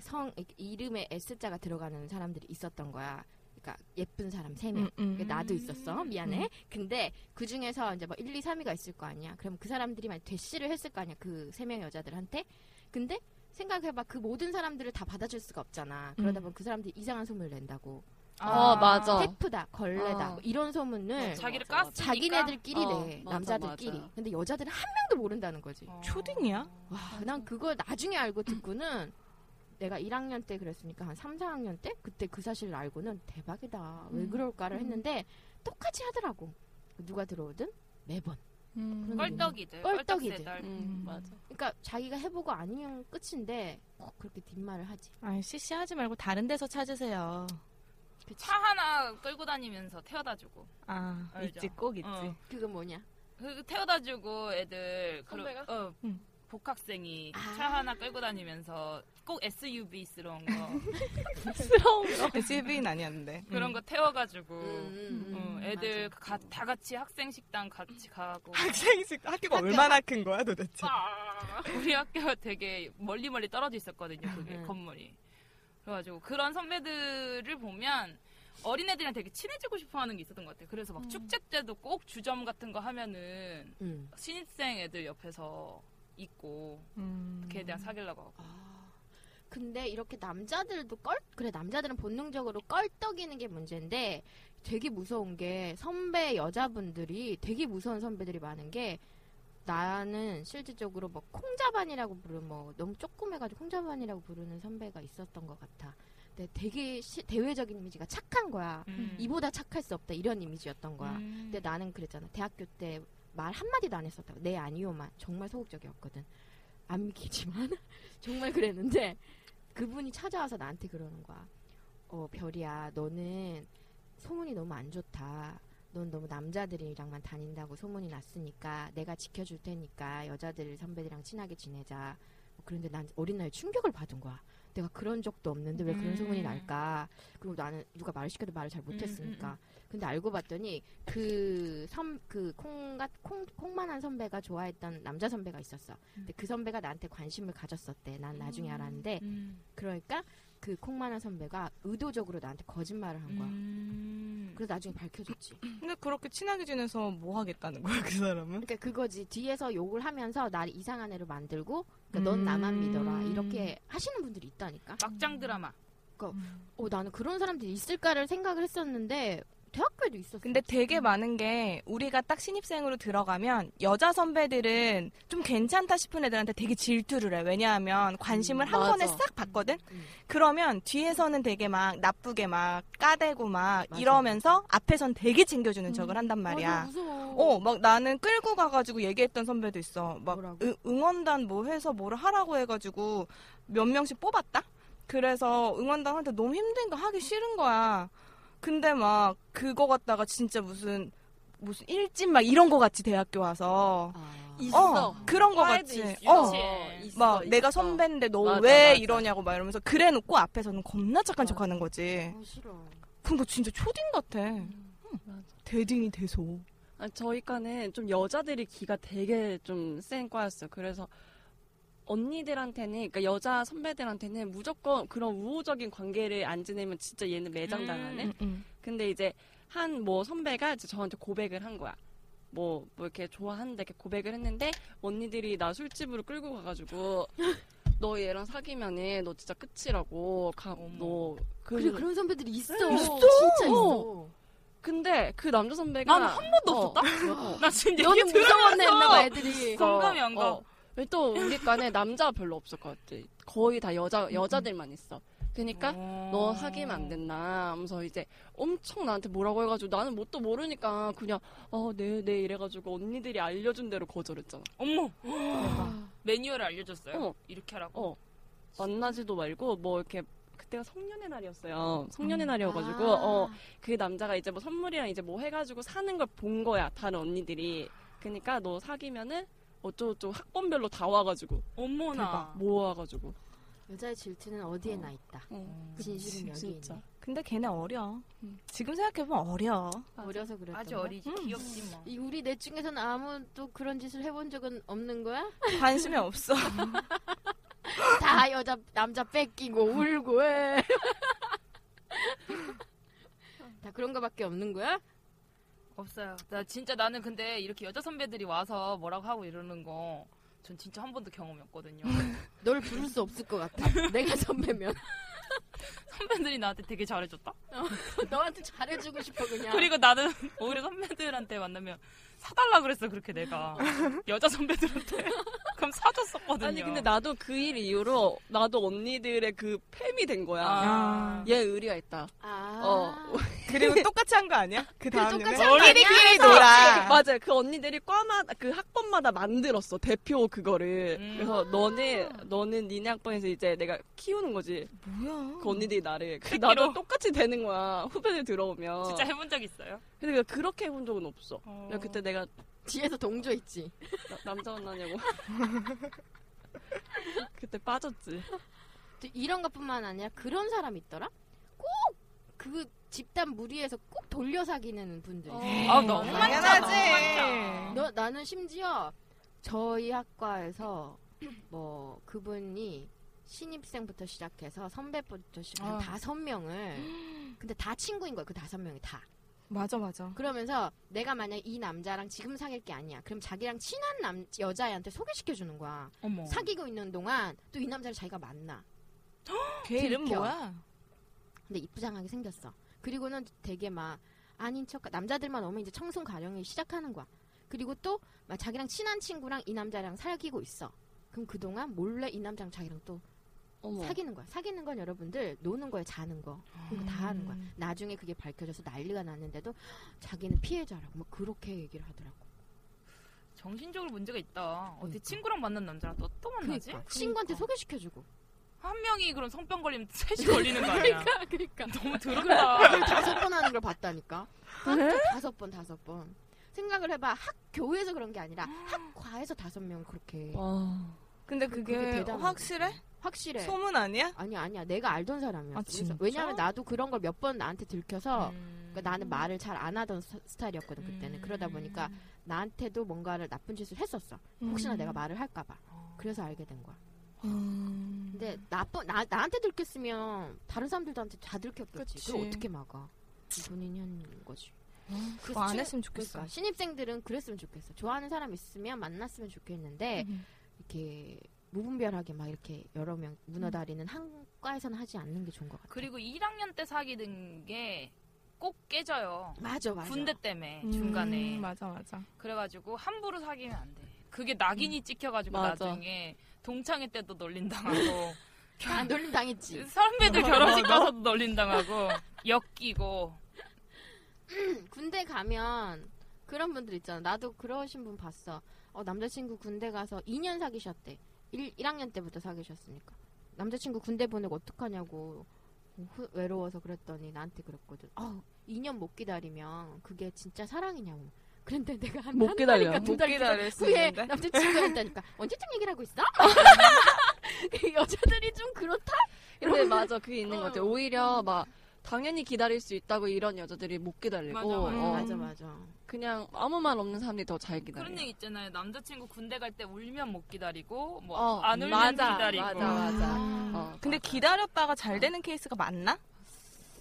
[SPEAKER 4] 성 이름에 S자가 들어가는 사람들이 있었던 거야. 그러니까 예쁜 사람 세 명.
[SPEAKER 7] 음, 음.
[SPEAKER 4] 그게 나도 있었어. 미안해.
[SPEAKER 7] 음.
[SPEAKER 4] 근데 그 중에서 이제 뭐 1, 2, 3위가 있을 거 아니야. 그럼 그 사람들이 막 대시를 했을 거 아니야. 그 세 명 여자들한테. 근데 생각해봐. 그 모든 사람들을 다 받아줄 수가 없잖아. 그러다
[SPEAKER 7] 음.
[SPEAKER 4] 보면 그 사람들이 이상한 소문을 낸다고.
[SPEAKER 6] 어, 맞아. 어.
[SPEAKER 4] 테프다, 걸레다.
[SPEAKER 6] 어.
[SPEAKER 4] 뭐 이런 소문을
[SPEAKER 6] 맞아.
[SPEAKER 8] 자기를
[SPEAKER 6] 맞아,
[SPEAKER 8] 깠으니까
[SPEAKER 6] 맞아.
[SPEAKER 4] 자기네들끼리
[SPEAKER 6] 어,
[SPEAKER 4] 내
[SPEAKER 6] 맞아,
[SPEAKER 4] 남자들끼리
[SPEAKER 6] 맞아.
[SPEAKER 4] 근데 여자들은 한 명도 모른다는 거지
[SPEAKER 8] 어.
[SPEAKER 7] 초딩이야?
[SPEAKER 4] 와 난 그걸 나중에 알고 듣고는 내가 1학년 때 그랬으니까 한 3, 4학년 때 그때 그 사실을 알고는 대박이다 왜 그럴까를 했는데 똑같이 하더라고 누가 들어오든 매번 그런 일이.
[SPEAKER 8] 껄떡이들
[SPEAKER 4] 껄떡이들.
[SPEAKER 8] 껄떡새들.
[SPEAKER 6] 음, 맞아.
[SPEAKER 7] 어.
[SPEAKER 4] 그러니까 자기가 해보고 아니면 끝인데 꼭 그렇게 뒷말을 하지
[SPEAKER 7] 아, CC하지 말고 다른 데서 찾으세요.
[SPEAKER 4] 그치
[SPEAKER 8] 차 하나 끌고 다니면서 태워다 주고
[SPEAKER 7] 아,
[SPEAKER 8] 알죠.
[SPEAKER 7] 있지, 꼭 있지.
[SPEAKER 8] 어.
[SPEAKER 4] 그건 뭐냐
[SPEAKER 8] 그 태워다 주고 애들 그러-
[SPEAKER 6] 선배가?
[SPEAKER 8] 어,
[SPEAKER 7] 응.
[SPEAKER 8] 복학생이
[SPEAKER 4] 아.
[SPEAKER 8] 차 하나 끌고 다니면서 꼭 SUV스러운
[SPEAKER 4] 음.
[SPEAKER 8] 거
[SPEAKER 6] 스러운 거.
[SPEAKER 7] SUV는 아니었는데.
[SPEAKER 8] 그런 거 태워가지고
[SPEAKER 4] 음,
[SPEAKER 8] 어,
[SPEAKER 4] 음,
[SPEAKER 8] 애들
[SPEAKER 4] 맞아.
[SPEAKER 8] 가- 다 같이 학생 식당 같이 가고
[SPEAKER 7] 학생식 학교가 얼마나 큰 거야 도대체?
[SPEAKER 8] 아, 우리 학교가 되게 멀리 멀리 떨어져 있었거든요. 그게
[SPEAKER 4] 음.
[SPEAKER 8] 건물이. 그래가지고 그런 선배들을 보면 어린애들이랑 되게 친해지고 싶어하는 게 있었던 것 같아요. 그래서 막 축제 때도 꼭 주점 같은 거 하면은
[SPEAKER 4] 음.
[SPEAKER 8] 신입생 애들 옆에서 있고 걔에 대한 사귀려고 하고.
[SPEAKER 4] 아, 근데 이렇게 남자들도 껄 그래 남자들은 본능적으로 껄떡이는 게 문제인데 되게 무서운 게 선배 여자분들이 되게 무서운 선배들이 많은 게 나는 실질적으로 뭐 콩자반이라고 부르는 뭐 너무 조그매가지고 콩자반이라고 부르는 선배가 있었던 것 같아. 근데 되게 시- 대외적인 이미지가 착한 거야.
[SPEAKER 8] 음.
[SPEAKER 4] 이보다 착할 수 없다 이런 이미지였던 거야.
[SPEAKER 8] 음.
[SPEAKER 4] 근데 나는 그랬잖아. 대학교 때 말 한마디도 안 했었다고. 네, 아니요만. 정말 소극적이었거든. 안 믿기지만. 정말 그랬는데, 그분이 찾아와서 나한테 그러는 거야. 어, 별이야, 너는 소문이 너무 안 좋다. 넌 너무 남자들이랑만 다닌다고 소문이 났으니까 내가 지켜줄 테니까 여자들 선배들이랑 친하게 지내자. 뭐 그런데 난 어린 나이 충격을 받은 거야. 내가 그런 적도 없는데 왜 그런
[SPEAKER 8] 음.
[SPEAKER 4] 소문이 날까? 그리고 나는 누가 말을 시켜도 말을 잘
[SPEAKER 8] 음,
[SPEAKER 4] 못했으니까. 근데 알고 봤더니 그 그선그콩 콩, 콩만한 선배가 좋아했던 남자 선배가 있었어. 근데 그 선배가 나한테 관심을 가졌었대. 난 나중에 알았는데
[SPEAKER 8] 음.
[SPEAKER 4] 그러니까 그 콩만한 선배가 의도적으로 나한테 거짓말을 한 거야.
[SPEAKER 8] 음.
[SPEAKER 4] 그래서 나중에 밝혀졌지.
[SPEAKER 7] 근데 그렇게 친하게 지내서 뭐 하겠다는 거야 그 사람은?
[SPEAKER 4] 그러니까 그거지 뒤에서 욕을 하면서 나를 이상한 애로 만들고 그러니까 넌 나만 믿어라
[SPEAKER 7] 음.
[SPEAKER 4] 이렇게 하시는 분들이 있다니까.
[SPEAKER 8] 막장 드라마.
[SPEAKER 4] 어 나는 그런 사람들이 있을까를 생각을 했었는데 대학교에도 있었어.
[SPEAKER 7] 근데 되게 많은 게 우리가 딱 신입생으로 들어가면 여자 선배들은 좀 괜찮다 싶은 애들한테 되게 질투를 해. 왜냐하면 관심을
[SPEAKER 6] 음,
[SPEAKER 7] 한
[SPEAKER 6] 맞아.
[SPEAKER 7] 번에 싹 받거든.
[SPEAKER 4] 음.
[SPEAKER 7] 그러면 뒤에서는 되게 막 나쁘게 막 까대고 막
[SPEAKER 4] 맞아. 음.
[SPEAKER 7] 이러면서 앞에선 되게 챙겨주는 척을 한단
[SPEAKER 4] 맞아,
[SPEAKER 7] 말이야.
[SPEAKER 4] 무서워.
[SPEAKER 7] 어, 막 나는 끌고 가가지고 얘기했던 선배도 있어. 막
[SPEAKER 4] 뭐라고?
[SPEAKER 7] 응- 응원단 뭐 해서 뭘 하라고 해가지고 몇 명씩 뽑았다? 그래서 응원단한테 너무 힘든 거 하기 싫은 거야. 근데 막 그거 갖다가 진짜 무슨 무슨 일진 막 이런 거 같이 대학교 와서
[SPEAKER 4] 아.
[SPEAKER 7] 어 그런 거
[SPEAKER 6] 파이브
[SPEAKER 7] 같이
[SPEAKER 6] 있어.
[SPEAKER 7] 어.
[SPEAKER 6] 있어,
[SPEAKER 7] 막
[SPEAKER 6] 있어.
[SPEAKER 7] 내가 선배인데 너
[SPEAKER 6] 맞아,
[SPEAKER 7] 왜
[SPEAKER 6] 맞아.
[SPEAKER 7] 이러냐고 막 이러면서 그래 놓고 앞에서는 겁나 착한
[SPEAKER 4] 맞아.
[SPEAKER 7] 척하는 거지.
[SPEAKER 4] 어, 싫어.
[SPEAKER 7] 그럼 너 진짜 초딩 같아.
[SPEAKER 6] 음, 맞아.
[SPEAKER 7] 대딩이 돼서.
[SPEAKER 6] 아, 저희 과는 좀 여자들이 기가 되게 좀 센 과였어요. 그래서 언니들한테는, 그러니까 여자 선배들한테는 무조건 그런 우호적인 관계를 안 지내면 진짜 얘는 매장 당하네?
[SPEAKER 7] 응, 응.
[SPEAKER 6] 근데 이제 한 뭐 선배가 이제 저한테 고백을 한 거야. 뭐, 뭐 이렇게 좋아하는데 이렇게 고백을 했는데 언니들이 나 술집으로 끌고 가가지고 너 얘랑 사귀면은 너 진짜 끝이라고. 가, 너 그,
[SPEAKER 4] 그래 그런 선배들이 있어.
[SPEAKER 6] 있어.
[SPEAKER 4] 진짜 있어.
[SPEAKER 6] 어. 근데 그 남자 선배가
[SPEAKER 8] 난 한 번도 없었다.
[SPEAKER 6] 어.
[SPEAKER 8] 나 지금 얘기
[SPEAKER 4] 너는 무서웠네
[SPEAKER 8] 들으면서
[SPEAKER 4] 했나봐 애들이.
[SPEAKER 8] 공감이 안 가.
[SPEAKER 6] 어. 왜또 우리 과에 남자가 별로 없을 것 같아. 거의 다 여자 여자들만 있어. 그러니까 너 사귀면 안 된다. 하면서 이제 엄청 나한테 뭐라고 해가지고 나는 뭣도 모르니까 그냥 어네네 이래가지고 언니들이 알려준 대로 거절했잖아.
[SPEAKER 8] 어머. 매뉴얼을 알려줬어요.
[SPEAKER 6] 어.
[SPEAKER 8] 이렇게 하라고.
[SPEAKER 6] 어 만나지도 말고 뭐 이렇게 그때가 성년의 날이었어요. 성년의 날이어가지고
[SPEAKER 4] 아.
[SPEAKER 6] 어 그 남자가 이제 뭐 선물이랑 이제 뭐 해가지고 사는 걸 본 거야. 다른 언니들이. 그러니까 너 사귀면은 어쩌고저쩌고 학번별로 다 와가지고
[SPEAKER 8] 어머나.
[SPEAKER 6] 모아가지고.
[SPEAKER 4] 여자의 질투는 어디에나 있다.
[SPEAKER 8] 음.
[SPEAKER 6] 어.
[SPEAKER 8] 그
[SPEAKER 4] 진실은 여기
[SPEAKER 6] 진짜.
[SPEAKER 4] 있네.
[SPEAKER 7] 근데 걔네 어려. 지금 생각해보면 어려.
[SPEAKER 4] 어려서 그랬던
[SPEAKER 8] 아주
[SPEAKER 4] 거야?
[SPEAKER 8] 어리지. 귀엽지 뭐.
[SPEAKER 4] 이 우리 넷 중에서는 아무도 그런 짓을 해본 적은 없는 거야?
[SPEAKER 7] 관심이 없어.
[SPEAKER 4] 다 여자 남자 뺏기고 울고 해. 다 그런 거밖에 없는 거야?
[SPEAKER 8] 없어요. 나 진짜 나는 근데 이렇게 여자 선배들이 와서 뭐라고 하고 이러는 거 전 진짜 한 번도 경험이 없거든요.
[SPEAKER 4] 널 부를 수 없을 것 같아. 내가 선배면
[SPEAKER 8] 선배들이 나한테 되게 잘해줬다.
[SPEAKER 4] 너한테 잘해주고 싶어 그냥.
[SPEAKER 8] 그리고 나는 오히려 선배들한테 만나면 사달라 그랬어 그렇게 내가 여자 선배들한테 그럼 사줬었거든요.
[SPEAKER 6] 아니 근데 나도 그 일 이후로 나도 언니들의 그 팸이 된 거야.
[SPEAKER 8] 아.
[SPEAKER 6] 얘 의리가 있다.
[SPEAKER 4] 아.
[SPEAKER 6] 어.
[SPEAKER 7] 그리고 똑같이 한 거 아니야? 그 다음
[SPEAKER 4] 똑같이
[SPEAKER 7] 날.
[SPEAKER 4] 한거 아니야?
[SPEAKER 7] 우리끼리 놀아.
[SPEAKER 8] 어.
[SPEAKER 6] 맞아요. 그 언니들이 과마다 그 학번마다 만들었어 대표 그거를.
[SPEAKER 8] 음.
[SPEAKER 6] 그래서 너는 너는 니네 학번에서 이제 내가 키우는 거지.
[SPEAKER 7] 뭐야?
[SPEAKER 6] 그 언니들이 나를. 그
[SPEAKER 8] 새끼로.
[SPEAKER 6] 나도 똑같이 되는 거야 후배들 들어오면.
[SPEAKER 8] 진짜 해본 적 있어요?
[SPEAKER 6] 근데 그렇게 해본 적은 없어.
[SPEAKER 8] 어.
[SPEAKER 6] 그때 내가
[SPEAKER 3] 뒤에서 동조 있지.
[SPEAKER 6] 나- 남자 만나냐고. 그때 빠졌지.
[SPEAKER 4] 또 이런 것뿐만 아니라 그런 사람 있더라. 꼭 그 집단 무리해서 꼭 돌려 사귀는 분들. 있어요.
[SPEAKER 8] 아, 너무 어.
[SPEAKER 7] 당연하지.
[SPEAKER 4] 너 나는 심지어 저희 학과에서 뭐 그분이 신입생부터 시작해서 선배부터 시작해서
[SPEAKER 8] 어.
[SPEAKER 4] 다섯 명을 근데 다 친구인 거예요. 그 다섯 명이 다.
[SPEAKER 7] 맞아 맞아.
[SPEAKER 4] 그러면서 내가 만약 이 남자랑 지금 사귈 게 아니야. 그럼 자기랑 친한 남 여자애한테 소개시켜 주는 거야.
[SPEAKER 8] 어머.
[SPEAKER 4] 사귀고 있는 동안 또 이 남자를 자기가 만나.
[SPEAKER 7] 걔 이름
[SPEAKER 4] 들켜.
[SPEAKER 7] 뭐야?
[SPEAKER 4] 근데 이쁘장하게 생겼어. 그리고는 되게 막 아닌 척 남자들만 오면 이제 청순 가령이 시작하는 거야. 그리고 또 막 자기랑 친한 친구랑 이 남자랑 사귀고 있어. 그럼 그동안 몰래 이 남자랑 자기랑 또
[SPEAKER 6] 어머.
[SPEAKER 4] 사귀는 거야. 사귀는 건 여러분들 노는 거야, 자는 거. 그거 다 하는 거야. 나중에 그게 밝혀져서 난리가 났는데도 자기는 피해자라고 막 그렇게 얘기를 하더라고.
[SPEAKER 8] 정신적으로 문제가 있다. 어디
[SPEAKER 4] 그러니까.
[SPEAKER 8] 친구랑 만난 남자랑 또, 또 만나지?
[SPEAKER 4] 그러니까 친구한테 소개시켜주고.
[SPEAKER 8] 한 명이 그럼 성병 걸리면 셋이 걸리는 거 아니야?
[SPEAKER 4] 그러니까
[SPEAKER 8] 너무 더럽다.
[SPEAKER 4] 그걸 다섯 번 하는 걸 봤다니까. 딱 다섯 번, 다섯 번. 생각을 해봐. 학 교회에서 그런 게 아니라 학과에서 다섯 명 그렇게
[SPEAKER 6] 와.
[SPEAKER 7] 근데
[SPEAKER 4] 그게
[SPEAKER 7] 그게
[SPEAKER 4] 대단한 네.
[SPEAKER 7] 확실해?
[SPEAKER 4] 확실해.
[SPEAKER 7] 소문 아니야?
[SPEAKER 4] 아니야, 아니야. 내가 알던 사람이었어.
[SPEAKER 7] 아,
[SPEAKER 4] 그래서
[SPEAKER 7] 진짜?
[SPEAKER 4] 왜냐면 나도 그런 걸 몇 번 나한테 들켜서
[SPEAKER 8] 음.
[SPEAKER 4] 그러니까 나는 말을 잘 안 하던 스- 스타일이었거든 그때는.
[SPEAKER 8] 음.
[SPEAKER 4] 그러다 보니까 나한테도 뭔가를 나쁜 짓을 했었어. 혹시나
[SPEAKER 7] 음. 어.
[SPEAKER 4] 내가 말을 할까봐. 그래서 알게 된 거야.
[SPEAKER 7] 음.
[SPEAKER 4] 근데 나쁜 나 나한테 들켰으면 다른 사람들한테 다 들켰겠지.
[SPEAKER 7] 그치.
[SPEAKER 4] 그걸 어떻게 막아? 본인이 한 거지.
[SPEAKER 7] 어, 그거 안
[SPEAKER 4] 친해-
[SPEAKER 7] 했으면 좋겠어.
[SPEAKER 4] 그러니까 신입생들은 그랬으면 좋겠어. 좋아하는 사람 있으면 만났으면 좋겠는데
[SPEAKER 7] 음.
[SPEAKER 4] 이렇게 무분별하게 막 이렇게 여러 명 무너다리는 한과에서는 하지 않는 게 좋은 것 같아.
[SPEAKER 8] 그리고 1학년 때 사귀는 게 꼭 깨져요.
[SPEAKER 4] 맞아 맞아.
[SPEAKER 8] 군대 때문에 중간에
[SPEAKER 7] 음, 맞아 맞아.
[SPEAKER 8] 그래가지고 함부로 사귀면 안 돼. 그게 낙인이 찍혀가지고
[SPEAKER 6] 맞아.
[SPEAKER 8] 나중에 동창회 때도 널린 당하고
[SPEAKER 4] 안 돌림 당했지.
[SPEAKER 8] 선배들 결혼식 가서도 널린 당하고 엮이고
[SPEAKER 4] 군대 가면 그런 분들 있잖아. 나도 그러신 분 봤어. 어, 남자친구 군대 가서 2년 사귀셨대. 1, 1학년 때부터 사귀셨으니까. 남자친구 군대 보내고 어떡하냐고 후- 외로워서 그랬더니 나한테 그랬거든. 어, 2년 못 기다리면 그게 진짜 사랑이냐고. 그런데 내가 한,
[SPEAKER 6] 못
[SPEAKER 4] 한
[SPEAKER 6] 기다려.
[SPEAKER 4] 달인가 두
[SPEAKER 7] 못
[SPEAKER 4] 달
[SPEAKER 7] 기다릴 수
[SPEAKER 4] 후에
[SPEAKER 7] 있는데.
[SPEAKER 4] 남자친구가 있다니까. 언제쯤 얘기를 하고 있어? 그 여자들이 좀 그렇다?
[SPEAKER 6] 근데 네, 맞아 그게 있는 것 같아. 오히려 막 당연히 기다릴 수 있다고 이런 여자들이 못 기다리고
[SPEAKER 8] 맞아, 맞아.
[SPEAKER 6] 어,
[SPEAKER 4] 맞아, 맞아.
[SPEAKER 6] 그냥 아무 말 없는 사람들이 더 잘 기다려.
[SPEAKER 8] 그런 얘기 있잖아요. 남자친구 군대 갈 때 울면 못 기다리고 뭐
[SPEAKER 6] 어,
[SPEAKER 8] 안 울면
[SPEAKER 6] 맞아,
[SPEAKER 8] 기다리고
[SPEAKER 6] 맞아 맞아. 어,
[SPEAKER 7] 음. 근데 기다렸다가 잘 되는 케이스가 많나?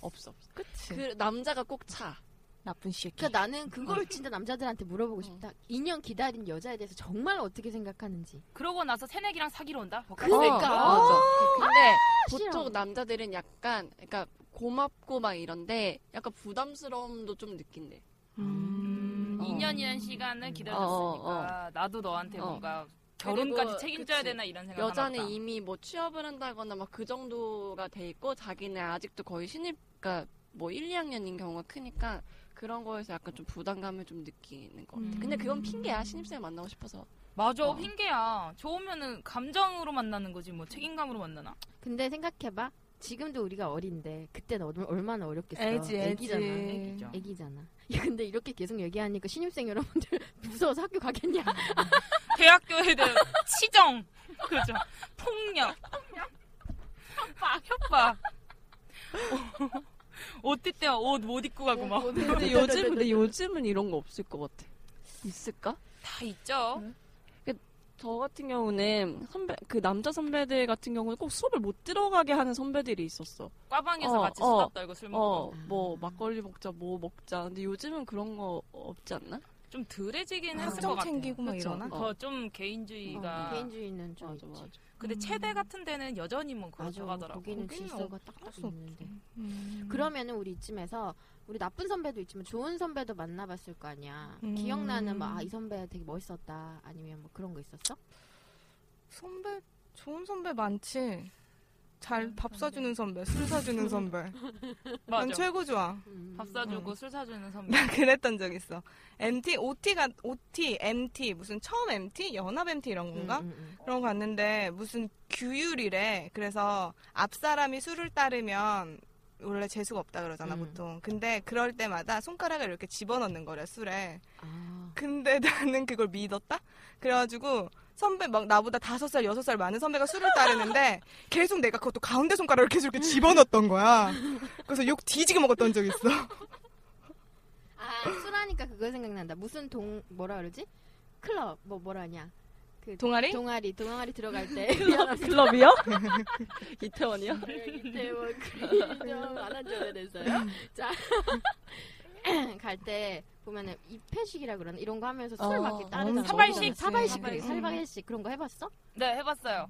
[SPEAKER 6] 없어 없어.
[SPEAKER 7] 그치.
[SPEAKER 6] 그 남자가 꼭 차.
[SPEAKER 7] 나쁜 새끼.
[SPEAKER 4] 그러니까 나는 그걸 진짜 남자들한테 물어보고 싶다. 2년 기다린 여자에 대해서 정말 어떻게 생각하는지.
[SPEAKER 8] 그러고 나서 새내기랑 사귀러 온다. 뭐
[SPEAKER 4] 그러니까.
[SPEAKER 6] 맞아. 근데
[SPEAKER 4] 싫어.
[SPEAKER 6] 보통 남자들은 약간 그러니까 고맙고 막 이런데 약간 부담스러움도 좀 느낀대.
[SPEAKER 8] 음,
[SPEAKER 6] 어.
[SPEAKER 8] 2년이라는 시간을 기다렸으니까
[SPEAKER 6] 어,
[SPEAKER 8] 나도 너한테
[SPEAKER 6] 어.
[SPEAKER 8] 뭔가 결혼까지
[SPEAKER 6] 그리고,
[SPEAKER 8] 책임져야
[SPEAKER 6] 그치.
[SPEAKER 8] 되나 이런 생각
[SPEAKER 6] 여자는 이미 뭐 취업을 한다거나 막 그 정도가 돼 있고 자기는 아직도 거의 신입 그러니까 뭐 1, 2학년인 경우가 크니까 그런 거에서 약간 좀 부담감을 좀 느끼는 것 같아.
[SPEAKER 7] 음.
[SPEAKER 6] 근데 그건 핑계야. 신입생 만나고 싶어서.
[SPEAKER 8] 맞아
[SPEAKER 6] 어.
[SPEAKER 8] 핑계야. 좋으면은 감정으로 만나는 거지 뭐 책임감으로 만나나?
[SPEAKER 4] 근데 생각해봐. 지금도 우리가 어린데 그때는 얼- 얼마나 어렵겠어.
[SPEAKER 7] 애지, 애지.
[SPEAKER 4] 애기잖아.
[SPEAKER 8] 애기죠.
[SPEAKER 4] 애기잖아. 야, 근데 이렇게 계속 얘기하니까 신입생 여러분들 무서워서 학교 가겠냐?
[SPEAKER 8] 대학교에 대한 치정, 그죠? 폭력, 협박, 협박. 옷 띠때야 옷 못 입고 가고 막 다
[SPEAKER 6] 근데
[SPEAKER 4] 어.
[SPEAKER 6] 요즘 근데 요즘은 이런 거 없을 것 같아. 있을까?
[SPEAKER 8] 있죠.
[SPEAKER 6] 저 같은 경우는 선배 그 남자 선배들 같은 경우는 꼭 수업을 못 들어가게 하는 선배들이 있었어.
[SPEAKER 8] 과방에서
[SPEAKER 6] 어,
[SPEAKER 8] 같이
[SPEAKER 6] 어.
[SPEAKER 8] 수다 떨고 술 먹고
[SPEAKER 6] 어, 뭐 막걸리 먹자, 뭐 먹자. 근데 요즘은 그런 거 없지 않나?
[SPEAKER 8] 좀 덜해지긴 했을 것
[SPEAKER 7] 학점
[SPEAKER 8] 같아요.
[SPEAKER 7] 챙기고 막 이러나?
[SPEAKER 4] 어,
[SPEAKER 6] 어.
[SPEAKER 8] 더 좀 개인주의가.
[SPEAKER 4] 개인주의는 좀
[SPEAKER 6] 맞아,
[SPEAKER 4] 있지.
[SPEAKER 6] 맞아.
[SPEAKER 8] 근데 체대 같은 데는 여전히 뭐
[SPEAKER 4] 맞아.
[SPEAKER 8] 그러더라고.
[SPEAKER 4] 거기는
[SPEAKER 7] 거기는
[SPEAKER 4] 질서가
[SPEAKER 7] 할수
[SPEAKER 4] 딱딱
[SPEAKER 7] 없지. 음.
[SPEAKER 4] 있는데. 음. 그러면은 우리 이쯤에서 우리 나쁜 선배도 있지만 좋은 선배도 만나봤을 거 아니야.
[SPEAKER 7] 음.
[SPEAKER 4] 기억나는 뭐 아 이 선배 되게 멋있었다. 아니면 뭐 그런 거 있었어?
[SPEAKER 7] 선배 좋은 선배 많지. 잘 밥 사주는 선배, 술 사주는 선배. 난
[SPEAKER 8] 맞아.
[SPEAKER 7] 최고 좋아.
[SPEAKER 4] 음.
[SPEAKER 8] 밥 사주고
[SPEAKER 7] 음.
[SPEAKER 8] 술 사주는 선배.
[SPEAKER 7] 나 그랬던 적 있어. MT, OT가, OT, MT, 무슨 처음 MT? 연합 MT 이런
[SPEAKER 4] 음,
[SPEAKER 7] 건가?
[SPEAKER 4] 음, 음.
[SPEAKER 7] 그런 거 갔는데 무슨 규율이래. 그래서 앞 사람이 술을 따르면 원래 재수가 없다 그러잖아
[SPEAKER 9] 음.
[SPEAKER 7] 보통. 근데 그럴 때마다 손가락을 이렇게 집어넣는 거래 술에.
[SPEAKER 9] 아,
[SPEAKER 7] 근데 나는 그걸 믿었다? 그래가지고 선배 막 나보다 다섯 살 여섯 살 많은 선배가 술을 따르는데 계속 내가 그것도 가운데 손가락을 계속 이렇게 집어넣었던 거야. 그래서 욕 뒤지게 먹었던 적 있어.
[SPEAKER 4] 아, 술하니까 그거 생각난다. 무슨 동 뭐라 그러지? 클럽 뭐 뭐라 하냐? 그
[SPEAKER 7] 동아리?
[SPEAKER 4] 동아리 동아리 들어갈 때 미안합니다.
[SPEAKER 6] 클럽이요? 이태원이요?
[SPEAKER 4] 이때 뭐좀안한 지 오래됐어요. 자. 갈 때 보면은 입회식이라 그러나 이런 거 하면서 술
[SPEAKER 6] 어,
[SPEAKER 4] 막 이렇게 따르잖아.
[SPEAKER 8] 사발식.
[SPEAKER 4] 먹으면은 사발식
[SPEAKER 7] 음.
[SPEAKER 4] 사발식 그런 거 해봤어?
[SPEAKER 8] 네, 해봤어요.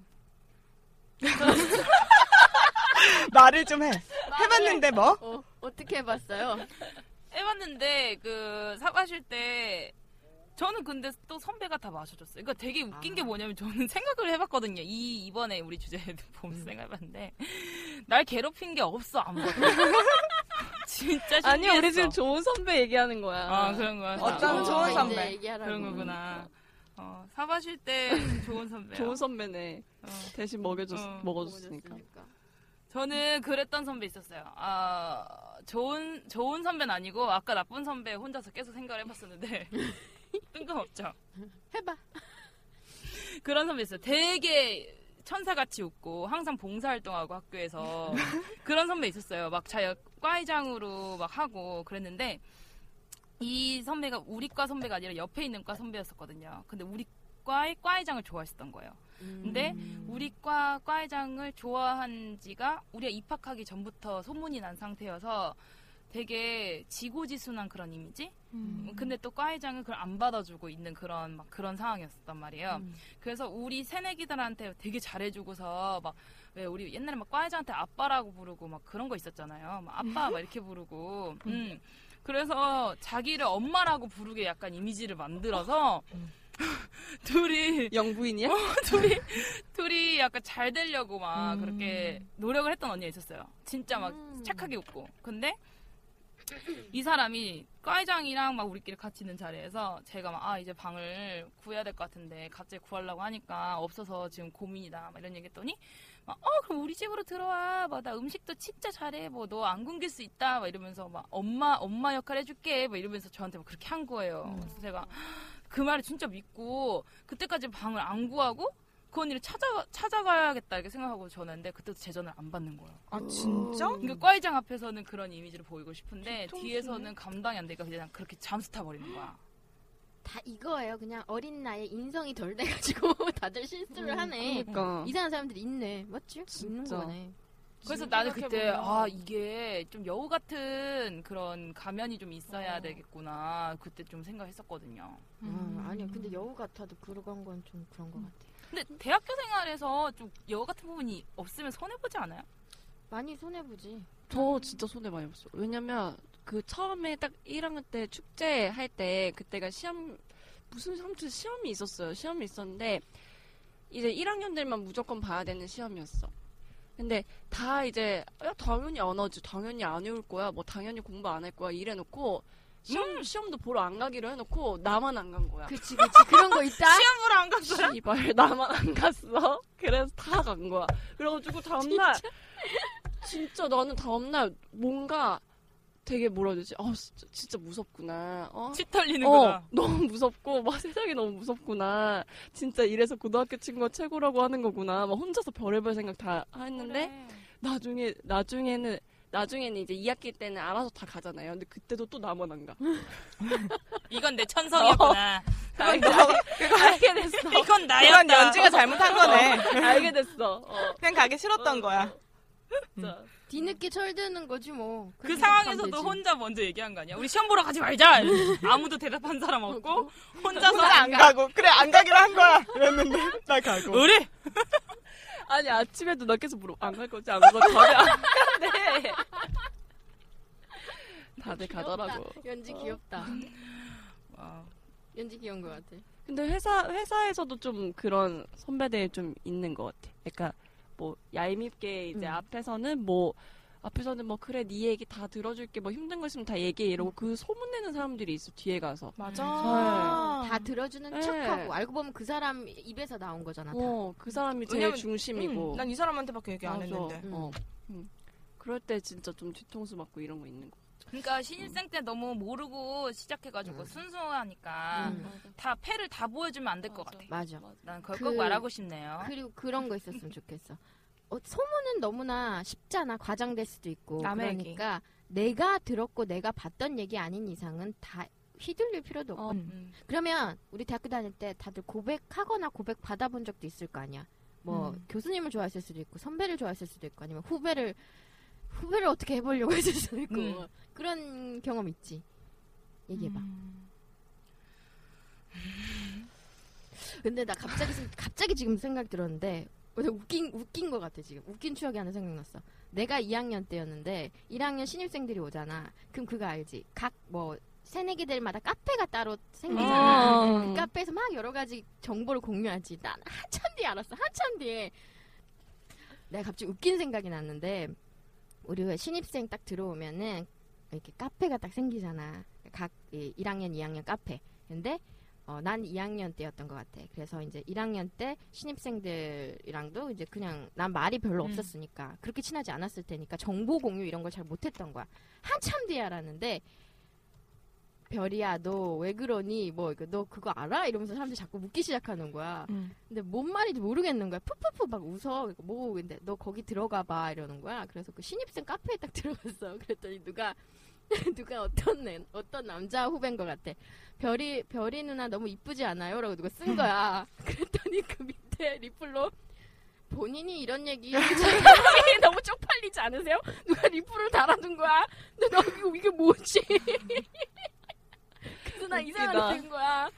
[SPEAKER 7] 말을 좀 해. 해봤는데 뭐?
[SPEAKER 4] 어 어떻게 해봤어요?
[SPEAKER 8] 해봤는데 그 사과실 때 저는 근데 또 선배가 다 마셔줬어요. 그러니까 되게 웃긴
[SPEAKER 4] 아.
[SPEAKER 8] 게 뭐냐면 저는 생각을 해봤거든요. 이 이번에 우리 주제에 보면서 생각해봤는데 날 괴롭힌 게 없어 아무것도. 진짜 신기했어.
[SPEAKER 6] 아니요, 우리 지금 좋은 선배 얘기하는 거야.
[SPEAKER 8] 아 그런 거야.
[SPEAKER 7] 어떤 좋은
[SPEAKER 4] 이제
[SPEAKER 7] 선배.
[SPEAKER 4] 얘기하라고.
[SPEAKER 6] 음.
[SPEAKER 8] 그런 거구나. 어, 사과실 때 좋은 선배.
[SPEAKER 6] 좋은 선배네.
[SPEAKER 8] 어.
[SPEAKER 6] 대신 먹여줬,
[SPEAKER 8] 어,
[SPEAKER 6] 먹어줬으니까.
[SPEAKER 8] 저는 그랬던 선배 있었어요. 아, 좋은, 좋은 선배는 아니고, 아까 나쁜 선배 혼자서 계속 생각을 해봤었는데, 뜬금없죠.
[SPEAKER 4] 해봐.
[SPEAKER 8] 그런 선배 있어요. 되게 천사같이 웃고, 항상 봉사활동하고 학교에서. 그런 선배 있었어요. 막 자기 과의장으로 막 하고 그랬는데, 이 선배가 우리 과 선배가 아니라 옆에 있는 과 선배였었거든요. 근데 우리 과의 과의장을 좋아했었던 거예요. 근데 우리 과 과장을 좋아한 지가 우리가 입학하기 전부터 소문이 난 상태여서 되게 지고지순한 그런 이미지? 음, 근데 또 과외장은 그걸 안 받아주고 있는 그런 막 그런 상황이었단 말이에요. 그래서 우리 새내기들한테 되게 잘해주고서 막 왜 우리 옛날에 막 과외장한테 아빠라고 부르고 막 그런 거 있었잖아요. 막 아빠 막 이렇게 부르고. 음. 그래서 자기를 엄마라고 부르게 약간 이미지를 만들어서 둘이
[SPEAKER 6] 영부인이야?
[SPEAKER 8] 둘이 둘이 약간 잘 되려고 막
[SPEAKER 7] 음.
[SPEAKER 8] 그렇게 노력을 했던 언니가 있었어요. 진짜 막 착하게 웃고. 근데 이 사람이 과장이랑 막 우리끼리 같이 있는 자리에서 제가 막 아 이제 방을 구해야 될 것 같은데 갑자기 구하려고 하니까 없어서 지금 고민이다 막 이런 얘기했더니 막 어 그럼 우리 집으로 들어와 막 나 음식도 진짜 잘해 뭐 너 안 굶길 수 있다 막 이러면서 막 엄마 엄마 역할 해줄게 막 이러면서 저한테 막 그렇게 한 거예요. 그래서 제가 그 말을 진짜 믿고 그때까지 방을 안 구하고 그 언니를 찾아 찾아가야겠다 이렇게 생각하고 전화했는데 그때도 제 전화를 안 받는 거예요.
[SPEAKER 7] 아 진짜?
[SPEAKER 4] 음.
[SPEAKER 8] 그러니까 과외장 앞에서는 그런 이미지를 보이고 싶은데 뒤에서는 감당이 안 되니까 그냥 그렇게 잠수 타버리는 거야.
[SPEAKER 4] 다 이거예요. 그냥 어린 나이에 인성이 덜 돼가지고 다들 실수를 하네.
[SPEAKER 8] 음.
[SPEAKER 6] 그러니까.
[SPEAKER 4] 이상한 사람들이 있네. 맞지? 있는
[SPEAKER 6] 진짜.
[SPEAKER 4] 거네.
[SPEAKER 8] 그래서
[SPEAKER 7] 지금
[SPEAKER 8] 나는 그때
[SPEAKER 7] 생각해보면-
[SPEAKER 8] 아 이게 좀 여우 같은 그런 가면이 좀 있어야 되겠구나 그때 좀 생각했었거든요.
[SPEAKER 4] 아, 아니야. 근데 여우 같아도 그런 건 좀 그런 것 같아.
[SPEAKER 8] 근데 대학교 생활에서 좀 여우 같은 부분이 없으면 손해 보지 않아요?
[SPEAKER 4] 많이 손해 보지.
[SPEAKER 6] 저 진짜 손해 많이 봤어요. 왜냐면 그 처음에 딱 1학년 때 축제 할 때 그때가 시험 무슨 아무튼 시험이 있었어요. 시험이 있었는데 이제 1학년들만 무조건 봐야 되는 시험이었어. 근데 다 이제 야, 당연히 안 하지, 당연히 안 외울 거야, 뭐 당연히 공부 안 할 거야 이래놓고 시험 시험도 보러 안 가기로 해놓고 나만 안 간 거야.
[SPEAKER 4] 그렇지, 그렇지. 그런 거 있다.
[SPEAKER 8] 시험을 안 갔어.
[SPEAKER 6] 씨발 아, 나만 안 갔어. 그래서 다 간 거야. 그래가지고 다음날 진짜 나는 다음날 뭔가 되게 뭐라 해야 되지? 아 진짜, 진짜 무섭구나. 어?
[SPEAKER 8] 치털리는구나.
[SPEAKER 6] 어, 너무 무섭고 막 세상이 너무 무섭구나. 진짜 이래서 고등학교 친구가 최고라고 하는 거구나. 막 혼자서 별의별 생각 다 했는데 나중에 나중에는 나중에는 이제 2학기 때는 알아서 다 가잖아요. 근데 그때도 또 나만 안 가.
[SPEAKER 8] 이건 내 천성이었구나.
[SPEAKER 6] 알게, 알게 됐어.
[SPEAKER 8] 어. 이건 나였다.
[SPEAKER 7] 그건 연지가 잘못한 거네.
[SPEAKER 6] 알게 아, 됐어. 어,
[SPEAKER 7] 그냥 가기 싫었던 거야.
[SPEAKER 6] 진짜.
[SPEAKER 4] 뒤늦게 철드는 거지 뭐.
[SPEAKER 8] 그
[SPEAKER 4] 그렇게 생각하면
[SPEAKER 8] 상황에서도
[SPEAKER 4] 되지.
[SPEAKER 8] 혼자 먼저 얘기한 거 아니야? 우리 시험 보러 가지 말자. 아무도 대답한 사람 없고 혼자서
[SPEAKER 7] 안 가고 그래 안 가기로 한 거야. 이랬는데 나 가고.
[SPEAKER 8] 의뢰.
[SPEAKER 6] 아니 아침에도 나 계속 물어 안 갈 거지 안 갈 거지 다들 안 간대 다들 가더라고
[SPEAKER 4] 네. 귀엽다. 연지
[SPEAKER 8] 어.
[SPEAKER 4] 귀엽다. 연지 귀여운 것 같아.
[SPEAKER 6] 근데 회사 회사에서도 좀 그런 선배들이 좀 있는 것 같아 그러니까 뭐 얄밉게
[SPEAKER 4] 음.
[SPEAKER 6] 이제 앞에서는 뭐 앞에서는 뭐 그래 네 얘기 다 들어줄게 뭐 힘든 거 있으면 다 얘기해 이러고 그 소문내는 사람들이 있어 뒤에 가서
[SPEAKER 7] 맞아.
[SPEAKER 4] 다 들어주는
[SPEAKER 6] 네.
[SPEAKER 4] 척하고 알고 보면 그 사람 입에서 나온
[SPEAKER 8] 어.
[SPEAKER 4] 거잖아. 다.
[SPEAKER 6] 어, 어그 사람이 제일
[SPEAKER 7] 왜냐면-
[SPEAKER 6] 중심이고
[SPEAKER 7] 난 이 사람한테밖에 얘기 안
[SPEAKER 6] 맞아.
[SPEAKER 7] 했는데.
[SPEAKER 6] 어. 음. 그럴 때 진짜 좀 뒤통수 맞고 이런 거 있는 거.
[SPEAKER 8] 그러니까 신입생 때 너무 모르고
[SPEAKER 7] 음.
[SPEAKER 8] 시작해가지고
[SPEAKER 4] 아.
[SPEAKER 8] 순수하니까
[SPEAKER 6] 음.
[SPEAKER 8] 다 패를 다 보여주면 안 될 것
[SPEAKER 6] 맞아.
[SPEAKER 8] 같아.
[SPEAKER 4] 맞아.
[SPEAKER 8] 난 그걸
[SPEAKER 4] 그-
[SPEAKER 8] 꼭 말하고 싶네요.
[SPEAKER 4] 그리고 그런 거 있었으면 좋겠어. 어, 소문은 너무나 쉽잖아. 과장될 수도 있고.
[SPEAKER 7] 남의 얘기.
[SPEAKER 4] 그러니까 내가 들었고 내가 봤던 얘기 아닌 이상은 다 휘둘릴 필요도 없고.
[SPEAKER 6] 어,
[SPEAKER 8] 음.
[SPEAKER 4] 그러면 우리 대학교 다닐 때 다들 고백하거나 고백 받아본 적도 있을 거 아니야. 뭐
[SPEAKER 7] 음.
[SPEAKER 4] 교수님을 좋아했을 수도 있고 선배를 좋아했을 수도 있고 아니면 후배를 후배를 어떻게 해보려고 했을 수도 있고
[SPEAKER 8] 음.
[SPEAKER 4] 그런 경험 있지. 얘기해봐. 근데 나 갑자기 생- 갑자기 지금 생각 들었는데 근데 웃긴 웃긴 것 같아 지금 웃긴 추억이 하나 생각났어. 내가 2학년 때였는데 1학년 신입생들이 오잖아. 그럼 그거 알지? 각 뭐 새내기들마다 카페가 따로 생기잖아.
[SPEAKER 6] 어.
[SPEAKER 4] 그 카페에서 막 여러 가지 정보를 공유하지. 난 한참 뒤에 알았어. 한참 뒤에. 내가 갑자기 웃긴 생각이 났는데 우리 왜 신입생 딱 들어오면은 이렇게 카페가 딱 생기잖아. 각 이, 1학년, 2학년 카페. 근데 어, 난 2학년 때였던 것 같아. 그래서 이제 1학년 때 신입생들이랑도 이제 그냥 난 말이 별로
[SPEAKER 8] 음.
[SPEAKER 4] 없었으니까 그렇게 친하지 않았을 테니까 정보 공유 이런 걸 잘 못했던 거야. 한참 뒤에 알았는데 별이야 너 왜 그러니 뭐 너 그거 알아 이러면서 사람들이 자꾸 묻기 시작하는 거야.
[SPEAKER 7] 음.
[SPEAKER 4] 근데 뭔 말인지 모르겠는 거야. 푸푸푸 막 웃어. 그러니까 뭐 근데 너 거기 들어가 봐 이러는 거야. 그래서 그 신입생 카페에 딱 들어갔어. 그랬더니 누가 누가 어떤 애, 어떤 남자 후배인 것 같아. 별이 별이 누나 너무 이쁘지 않아요?라고 누가 쓴 거야. 그랬더니 그 밑에 리플로 본인이 이런 얘기 자기 너무 쪽팔리지 않으세요? 누가 리플을 달아둔 거야. 근데 나 이거 이게 뭐지? 그래서 나
[SPEAKER 6] 웃기다.
[SPEAKER 4] 이상하게 된 거야.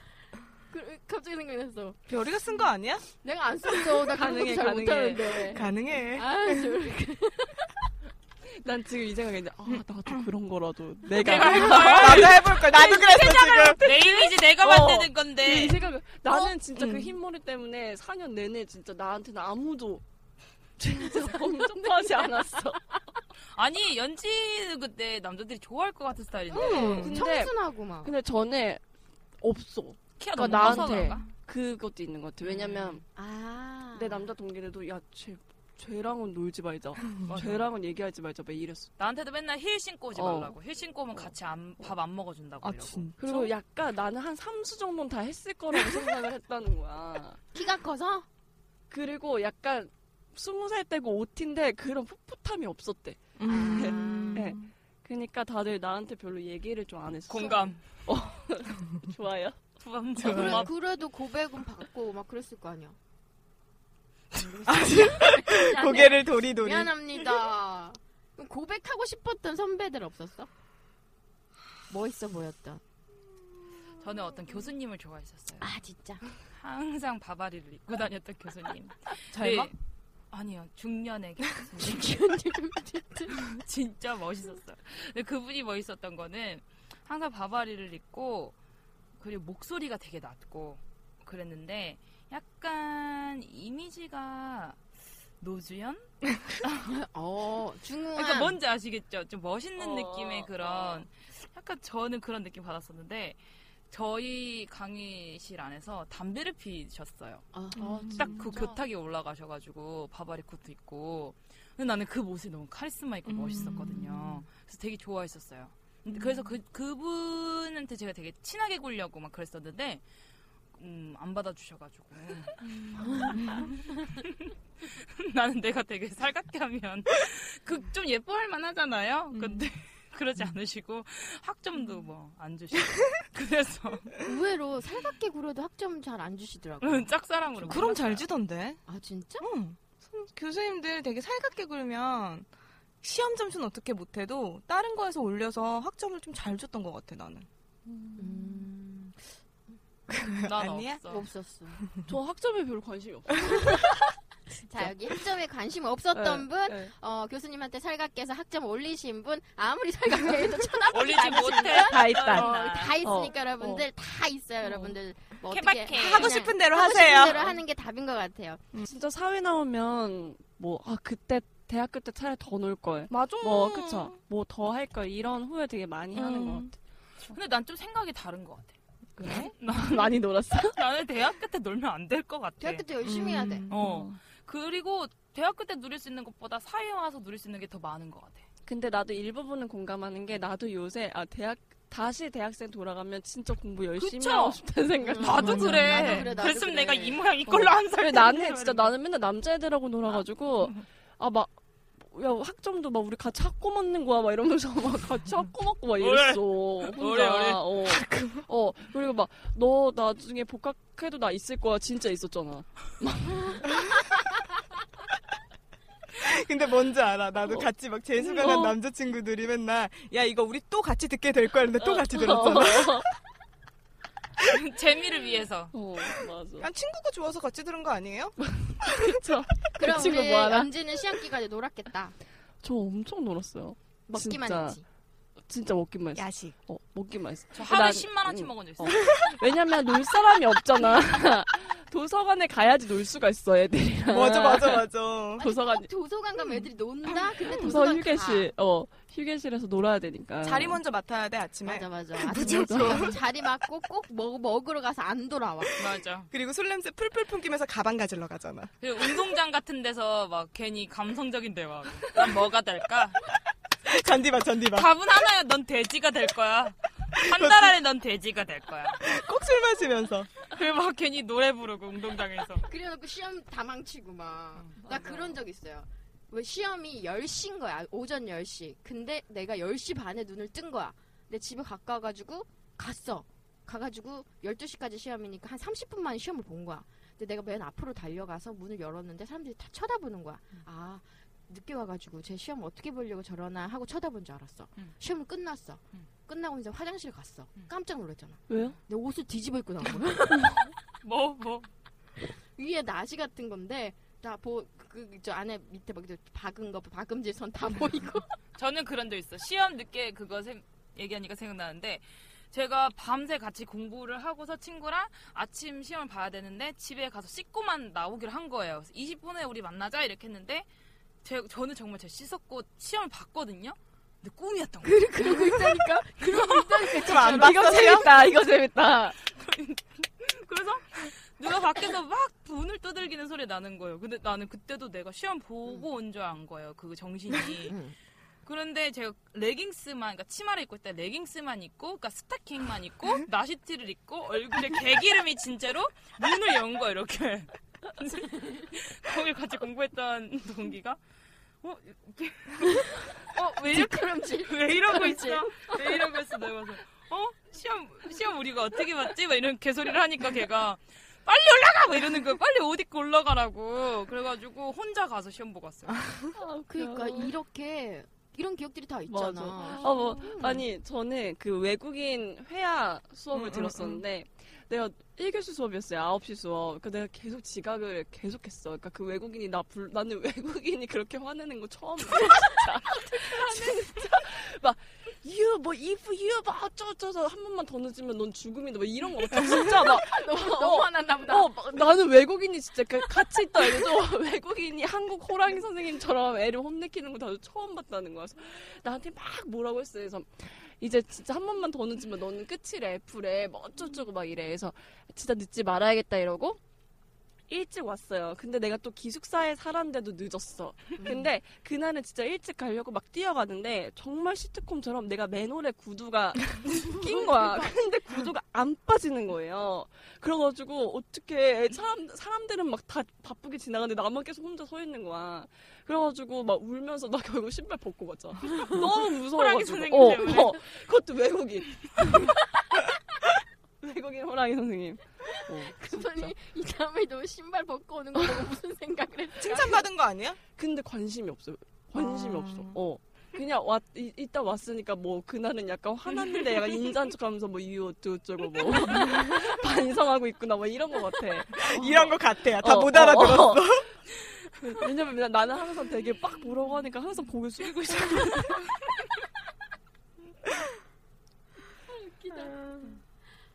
[SPEAKER 4] 그, 갑자기 생각났어.
[SPEAKER 7] 별이가 쓴 거 아니야?
[SPEAKER 4] 내가 안 썼어. 나 가능해,
[SPEAKER 6] 가능해,
[SPEAKER 4] 잘
[SPEAKER 6] 가능해.
[SPEAKER 4] 못하는데.
[SPEAKER 7] 가능해.
[SPEAKER 4] 아, 저렇게.
[SPEAKER 6] 난 지금 이 생각인데 아 나도 그런 거라도 내가
[SPEAKER 7] 나도 해볼 걸. 나도 그랬어 지금.
[SPEAKER 8] 내 이미지 내가
[SPEAKER 6] 어.
[SPEAKER 8] 만드는
[SPEAKER 6] 이
[SPEAKER 8] 건데.
[SPEAKER 6] 생각 나는 진짜
[SPEAKER 7] 음.
[SPEAKER 6] 그 흰머리 때문에 4년 내내 진짜 나한테는 아무도 진짜 공정하지 않았어.
[SPEAKER 8] 아니 연지 그때 남자들이 좋아할 것 같은 스타일인데
[SPEAKER 7] 음.
[SPEAKER 6] 근데-
[SPEAKER 4] 청순하고 막.
[SPEAKER 6] 근데 전에 없어.
[SPEAKER 8] 키가
[SPEAKER 6] 그러니까
[SPEAKER 8] 너무 커서
[SPEAKER 6] 나한테.
[SPEAKER 8] 그런가?
[SPEAKER 6] 그것도 있는 것 같아. 왜냐면
[SPEAKER 4] 아.
[SPEAKER 6] 내 남자 동기들도 야쟤 쟤랑은 놀지 말자.
[SPEAKER 8] 맞아.
[SPEAKER 6] 쟤랑은 얘기하지 말자. 막 이랬어.
[SPEAKER 8] 나한테도 맨날 힐 신고 오지
[SPEAKER 6] 어.
[SPEAKER 8] 말라고. 힐 신고 오면 같이 밥 안
[SPEAKER 7] 아,
[SPEAKER 8] 먹어준다고
[SPEAKER 6] 아,
[SPEAKER 8] 이러고.
[SPEAKER 6] 그리고 약간 나는 한 3수 정도는 다 했을 거라고 생각을 했다는 거야.
[SPEAKER 4] 키가 커서?
[SPEAKER 6] 그리고 약간 20살 때고 OT인데 그런 풋풋함이 없었대.
[SPEAKER 4] 아.
[SPEAKER 6] 네. 그러니까 다들 나한테 별로 얘기를 좀 안 했어.
[SPEAKER 8] 공감.
[SPEAKER 6] 좋아요.
[SPEAKER 8] 부담
[SPEAKER 4] 그래,
[SPEAKER 8] 부담.
[SPEAKER 4] 그래도 고백은 받고 막 그랬을 거 아니야.
[SPEAKER 7] 고개를 도리도리.
[SPEAKER 4] 미안합니다. 그럼 고백하고 싶었던 선배들 없었어? 멋있어 보였던.
[SPEAKER 8] 저는 어떤 교수님을 좋아했었어요. 아.
[SPEAKER 4] 아, 진짜.
[SPEAKER 8] 항상 바바리를 입고 다녔던 교수님.
[SPEAKER 7] 젊어?
[SPEAKER 8] 네. 아니요 중년의 교수님. 진짜 멋있었어요. 근데 그분이 멋있었던 거는 항상 바바리를 입고 그리고 목소리가 되게 낮고 그랬는데 약간 이미지가 노주현?
[SPEAKER 4] 어, 중후한.
[SPEAKER 8] 그러니까 뭔지 아시겠죠? 좀 멋있는
[SPEAKER 6] 어,
[SPEAKER 8] 느낌의 그런
[SPEAKER 6] 어.
[SPEAKER 8] 약간 저는 그런 느낌 받았었는데 저희 강의실 안에서 담배를 피셨어요.
[SPEAKER 4] 아,
[SPEAKER 8] 딱 그 교탁에 올라가셔가지고 바바리 코트 입고 근데 나는 그 모습이 너무 카리스마 있고
[SPEAKER 7] 음.
[SPEAKER 8] 멋있었거든요. 그래서 되게 좋아했었어요. 근데 그래서 그 그분한테 제가 되게 친하게 굴려고 막 그랬었는데 음, 안 받아주셔가지고
[SPEAKER 7] 음.
[SPEAKER 8] 나는 내가 되게 살갑게 하면 그 좀 예뻐할 만하잖아요.
[SPEAKER 7] 음.
[SPEAKER 8] 근데 그러지 않으시고 학점도 뭐 안 주시고 그래서
[SPEAKER 4] 의외로 살갑게 굴어도 학점 잘 안 주시더라고.
[SPEAKER 8] 짝사랑으로
[SPEAKER 7] 그럼
[SPEAKER 8] 골랐어요.
[SPEAKER 7] 잘 주던데.
[SPEAKER 4] 아, 진짜?
[SPEAKER 7] 응. 선- 교수님들 되게 살갑게 굴면 시험 점수는 어떻게 못해도 다른 거에서 올려서 학점을 좀 잘 줬던 것 같아 나는.
[SPEAKER 4] 음,
[SPEAKER 8] 난
[SPEAKER 7] 아니야? 뭐
[SPEAKER 8] 없어.
[SPEAKER 4] 없었어.
[SPEAKER 6] 저 학점에 별로 관심이 없어.
[SPEAKER 4] 자 여기 학점에 관심 없었던 분,
[SPEAKER 6] 네.
[SPEAKER 4] 어, 교수님한테 살갑게 해서 학점 올리신 분, 아무리 살갑게 해도 쳐다보지
[SPEAKER 8] 올리지
[SPEAKER 4] 않으신
[SPEAKER 8] 못해.
[SPEAKER 4] 분,
[SPEAKER 7] 다
[SPEAKER 4] 어,
[SPEAKER 7] 있다.
[SPEAKER 4] 다 있으니까
[SPEAKER 6] 어,
[SPEAKER 4] 여러분들 다 있어요, 여러분들. 뭐 어떻게
[SPEAKER 8] 케바케.
[SPEAKER 4] 그냥
[SPEAKER 7] 하고 싶은 대로
[SPEAKER 4] 하고 싶은
[SPEAKER 7] 하세요.
[SPEAKER 4] 대로 하는 게 답인 것 같아요.
[SPEAKER 6] 진짜 사회 나오면 뭐 아 그때 대학교 때 차라리 더 놀 걸.
[SPEAKER 7] 맞아.
[SPEAKER 6] 뭐 그쵸. 뭐 더 할 걸. 이런 후회 되게 많이 하는
[SPEAKER 7] 음. 음.
[SPEAKER 6] 것 같아.
[SPEAKER 8] 근데 난 좀 생각이 다른 것 같아. 네?
[SPEAKER 6] 그래? 많이 놀았어?
[SPEAKER 8] 나는 대학교 때 놀면 안 될 것 같아.
[SPEAKER 6] 음.
[SPEAKER 4] 대학교 때 열심히 해야 돼.
[SPEAKER 8] 어. 그리고 대학교 때 누릴 수 있는 것보다 사회 와서 누릴 수 있는 게 더 많은 것 같아.
[SPEAKER 6] 근데 나도 일부분은 공감하는 게 나도 요새 아 대학 다시 대학생 돌아가면 진짜 공부 열심히
[SPEAKER 8] 그쵸?
[SPEAKER 6] 하고 싶다는 생각.
[SPEAKER 4] 음,
[SPEAKER 8] 나도
[SPEAKER 4] 맞아.
[SPEAKER 8] 그래.
[SPEAKER 4] 나도 그래, 나도
[SPEAKER 8] 그랬으면
[SPEAKER 4] 그래.
[SPEAKER 8] 내가 이 모양 이걸로 안 살.
[SPEAKER 6] 그래
[SPEAKER 8] 텐데.
[SPEAKER 6] 나는 진짜 나는 맨날 남자애들하고 놀아가지고 아 막 야, 학점도 막 우리 같이 학고 먹는 거야 막 이러면서 막 같이 학고 먹고 막 이랬어
[SPEAKER 8] 오래, 오래.
[SPEAKER 6] 혼자 어, 어 그리고 막 너 나중에 복학해도 나 있을 거야 진짜 있었잖아
[SPEAKER 7] 근데 뭔지 알아. 나도
[SPEAKER 6] 어.
[SPEAKER 7] 같이 막 재수가 간
[SPEAKER 6] 어.
[SPEAKER 7] 남자친구들이 맨날 야 이거 우리 또 같이 듣게 될 거야. 근데
[SPEAKER 6] 어?
[SPEAKER 7] 또 같이 들었잖아.
[SPEAKER 8] 재미를 위해서.
[SPEAKER 6] 어 맞아
[SPEAKER 7] 난 친구가 좋아서 같이 들은 거 아니에요?
[SPEAKER 6] 그쵸
[SPEAKER 4] 그럼
[SPEAKER 6] 친구
[SPEAKER 4] 우리
[SPEAKER 6] 뭐 하나?
[SPEAKER 4] 연지는 시험 기간에 놀았겠다.
[SPEAKER 6] 저 엄청 놀았어요
[SPEAKER 4] 먹기만
[SPEAKER 6] 진짜,
[SPEAKER 4] 했지.
[SPEAKER 6] 진짜 먹기만 했어
[SPEAKER 7] 야식.
[SPEAKER 6] 어, 먹기만 했어
[SPEAKER 8] 저 하루에
[SPEAKER 6] 난-
[SPEAKER 8] 10만 원씩
[SPEAKER 6] 음.
[SPEAKER 8] 먹은 적 있어.
[SPEAKER 6] 어. 왜냐면 놀 사람이 없잖아 도서관에 가야지 놀 수가 있어 애들이랑
[SPEAKER 7] 맞아 맞아
[SPEAKER 4] 어.
[SPEAKER 7] 맞아.
[SPEAKER 6] 도서관
[SPEAKER 4] 도서관 가면 애들이 논다. 근데
[SPEAKER 6] 도서
[SPEAKER 4] 도서관 가.
[SPEAKER 6] 휴게실, 어, 휴게실에서 놀아야 되니까.
[SPEAKER 7] 자리 먼저 맡아야 돼 아침에.
[SPEAKER 4] 맞아 맞아. 아침에 가서 자리 맡고 꼭 먹, 먹으러 가서 안 돌아와.
[SPEAKER 8] 맞아.
[SPEAKER 7] 그리고 술 냄새 풀풀 풍기면서 가방 가지러 가잖아.
[SPEAKER 8] 그리고 운동장 같은 데서 막 괜히 감성적인 대화하고. 난 뭐가 될까?
[SPEAKER 7] 잔디밭 잔디밭.
[SPEAKER 8] 답은 하나야. 넌 돼지가 될 거야. 한 달 안에 넌 돼지가 될 거야.
[SPEAKER 7] 꼭 술 마시면서.
[SPEAKER 8] 그리고 막 괜히 노래 부르고 운동장에서.
[SPEAKER 4] 그래놓고 시험 다 망치고 막.
[SPEAKER 8] 어,
[SPEAKER 4] 나 그런 적 있어요. 왜 시험이 10시인 거야. 오전 10시. 근데 내가 10시 반에 눈을 뜬 거야. 근데 집에 가까워가지고 갔어. 가가지고 12시까지 시험이니까 한 30분 만에 시험을 본 거야. 근데 내가 맨 앞으로 달려가서 문을 열었는데 사람들이 다 쳐다보는 거야.
[SPEAKER 8] 음.
[SPEAKER 4] 아, 늦게 와가지고 제 시험 어떻게 보려고 저러나 하고 쳐다본 줄 알았어.
[SPEAKER 8] 음.
[SPEAKER 4] 시험을 끝났어.
[SPEAKER 8] 음.
[SPEAKER 4] 끝나고 이제 화장실 갔어.
[SPEAKER 8] 음.
[SPEAKER 4] 깜짝 놀랐잖아.
[SPEAKER 6] 왜요?
[SPEAKER 4] 내 옷을 뒤집어 입고 나온 거야.
[SPEAKER 8] 뭐, 뭐.
[SPEAKER 4] 위에 나시 같은 건데 나보그저 안에 밑에 막 이제 박은 거 박음질 선 다 보이고
[SPEAKER 8] 저는 그런 적 있어. 시험 늦게 그거 생- 얘기하니까 생각나는데 제가 밤새 같이 공부를 하고서 친구랑 아침 시험을 봐야 되는데 집에 가서 씻고만 나오기로 한 거예요. 그래서 20분 후에 우리 만나자 이렇게 했는데 제, 저는 정말 제 씻었고 시험을 봤거든요. 근데 꿈이었던 거예요.
[SPEAKER 4] 그러고 있다니까 그러고 있다니까
[SPEAKER 7] 그럼 안
[SPEAKER 6] 아, 이거 재밌다, 이거 재밌다.
[SPEAKER 8] 그래서 누가 밖에서 막 문을 두들기는 소리 나는 거예요. 근데 나는 그때도 내가 시험 보고
[SPEAKER 4] 음.
[SPEAKER 8] 온 줄 안 거예요. 그 정신이. 그런데 제가 레깅스만, 그러니까 치마를 입고 있다 레깅스만 입고, 그러니까 스타킹만
[SPEAKER 4] 음.
[SPEAKER 8] 입고, 나시티를 입고, 얼굴에 개기름이 진짜로 문을 연 거야, 이렇게. 거기 같이 공부했던 동기가, 어, 이렇게. 어, 왜 이렇게,
[SPEAKER 4] 뒷걸음질
[SPEAKER 8] 왜 이러고 있어?
[SPEAKER 4] 그렇지.
[SPEAKER 8] 왜 이러고 있어? 내가 와서, 어? 시험, 시험 우리가 어떻게 봤지? 막 이런 개소리를 하니까 걔가, 빨리 올라가! 막 이러는 거야. 빨리 옷 입고 올라가라고. 그래가지고 혼자 가서 시험 보고 왔어요.
[SPEAKER 4] 그러니까 이렇게 이런 기억들이 다 있잖아
[SPEAKER 6] 아, 어, 뭐, 아니, 저는 그 외국인 회화
[SPEAKER 7] 음,
[SPEAKER 6] 수업을
[SPEAKER 7] 음,
[SPEAKER 6] 들었었는데, 내가 1교시 수업이었어요, 9시 수업. 그러니까 내가 계속 지각을 계속 했어. 그러니까 그 외국인이 나 불, 나는 외국인이 그렇게 화내는 거 처음 봤어, 진짜. 진짜. 막, you, 뭐, if you, 막, 어쩌저쩌, 한 번만 더 늦으면 넌 죽음이다, 막 이런 거 같아. 진짜 막,
[SPEAKER 4] 너무 화났나 보다
[SPEAKER 6] 어, 막 나는 외국인이 진짜 그 같이 있다 애도 외국인이 한국 호랑이 선생님처럼 애를 혼내키는 거 나도 처음 봤다는 거야. 그래서 나한테 막 뭐라고 했어. 그래서 이제 진짜 한 번만 더 늦으면 너는 끝이래. 애플에 뭐 어쩌고 막 이래. 그래서 진짜 늦지 말아야겠다 이러고 일찍 왔어요. 근데 내가 또 기숙사에 살았는데도 늦었어. 근데 그날은 진짜 일찍 가려고 막 뛰어가는데 정말 시트콤처럼 내가 맨홀에 구두가 낀 거야. 근데 구두가 안 빠지는 거예요. 그래가지고 어떻게 사람 사람들은 막 다 바쁘게 지나가는데 나만 계속 혼자 서 있는 거야. 그래가지고 막 울면서 나 결국 신발 벗고 갔자. 너무
[SPEAKER 8] 호랑이
[SPEAKER 6] 무서워가지고.
[SPEAKER 8] 선생님 때문에.
[SPEAKER 6] 어, 그것도 외국인. 외국인 호랑이 선생님. 어, 진짜.
[SPEAKER 4] 그분이 이 다음에 너 신발 벗고 오는 거 보고 무슨 생각을 했지
[SPEAKER 7] 칭찬받은 거 아니야?
[SPEAKER 6] 근데 관심이 없어요. 관심이
[SPEAKER 7] 아.
[SPEAKER 6] 없어. 어. 그냥 왔, 이, 이따 왔으니까 뭐, 그날은 약간 화났는데 약간 인자한 척 하면서 뭐, 이유 어쩌고저쩌고 뭐, 반성하고 있구나, 뭐 이런 것 같아.
[SPEAKER 7] 이런 거 같아요.
[SPEAKER 6] 어,
[SPEAKER 7] 다 못 알아들어.
[SPEAKER 6] 어, 어. 왜냐면 나- 나는 항상 되게 빡 보라고 하니까 항상 고개 숙이고 있어.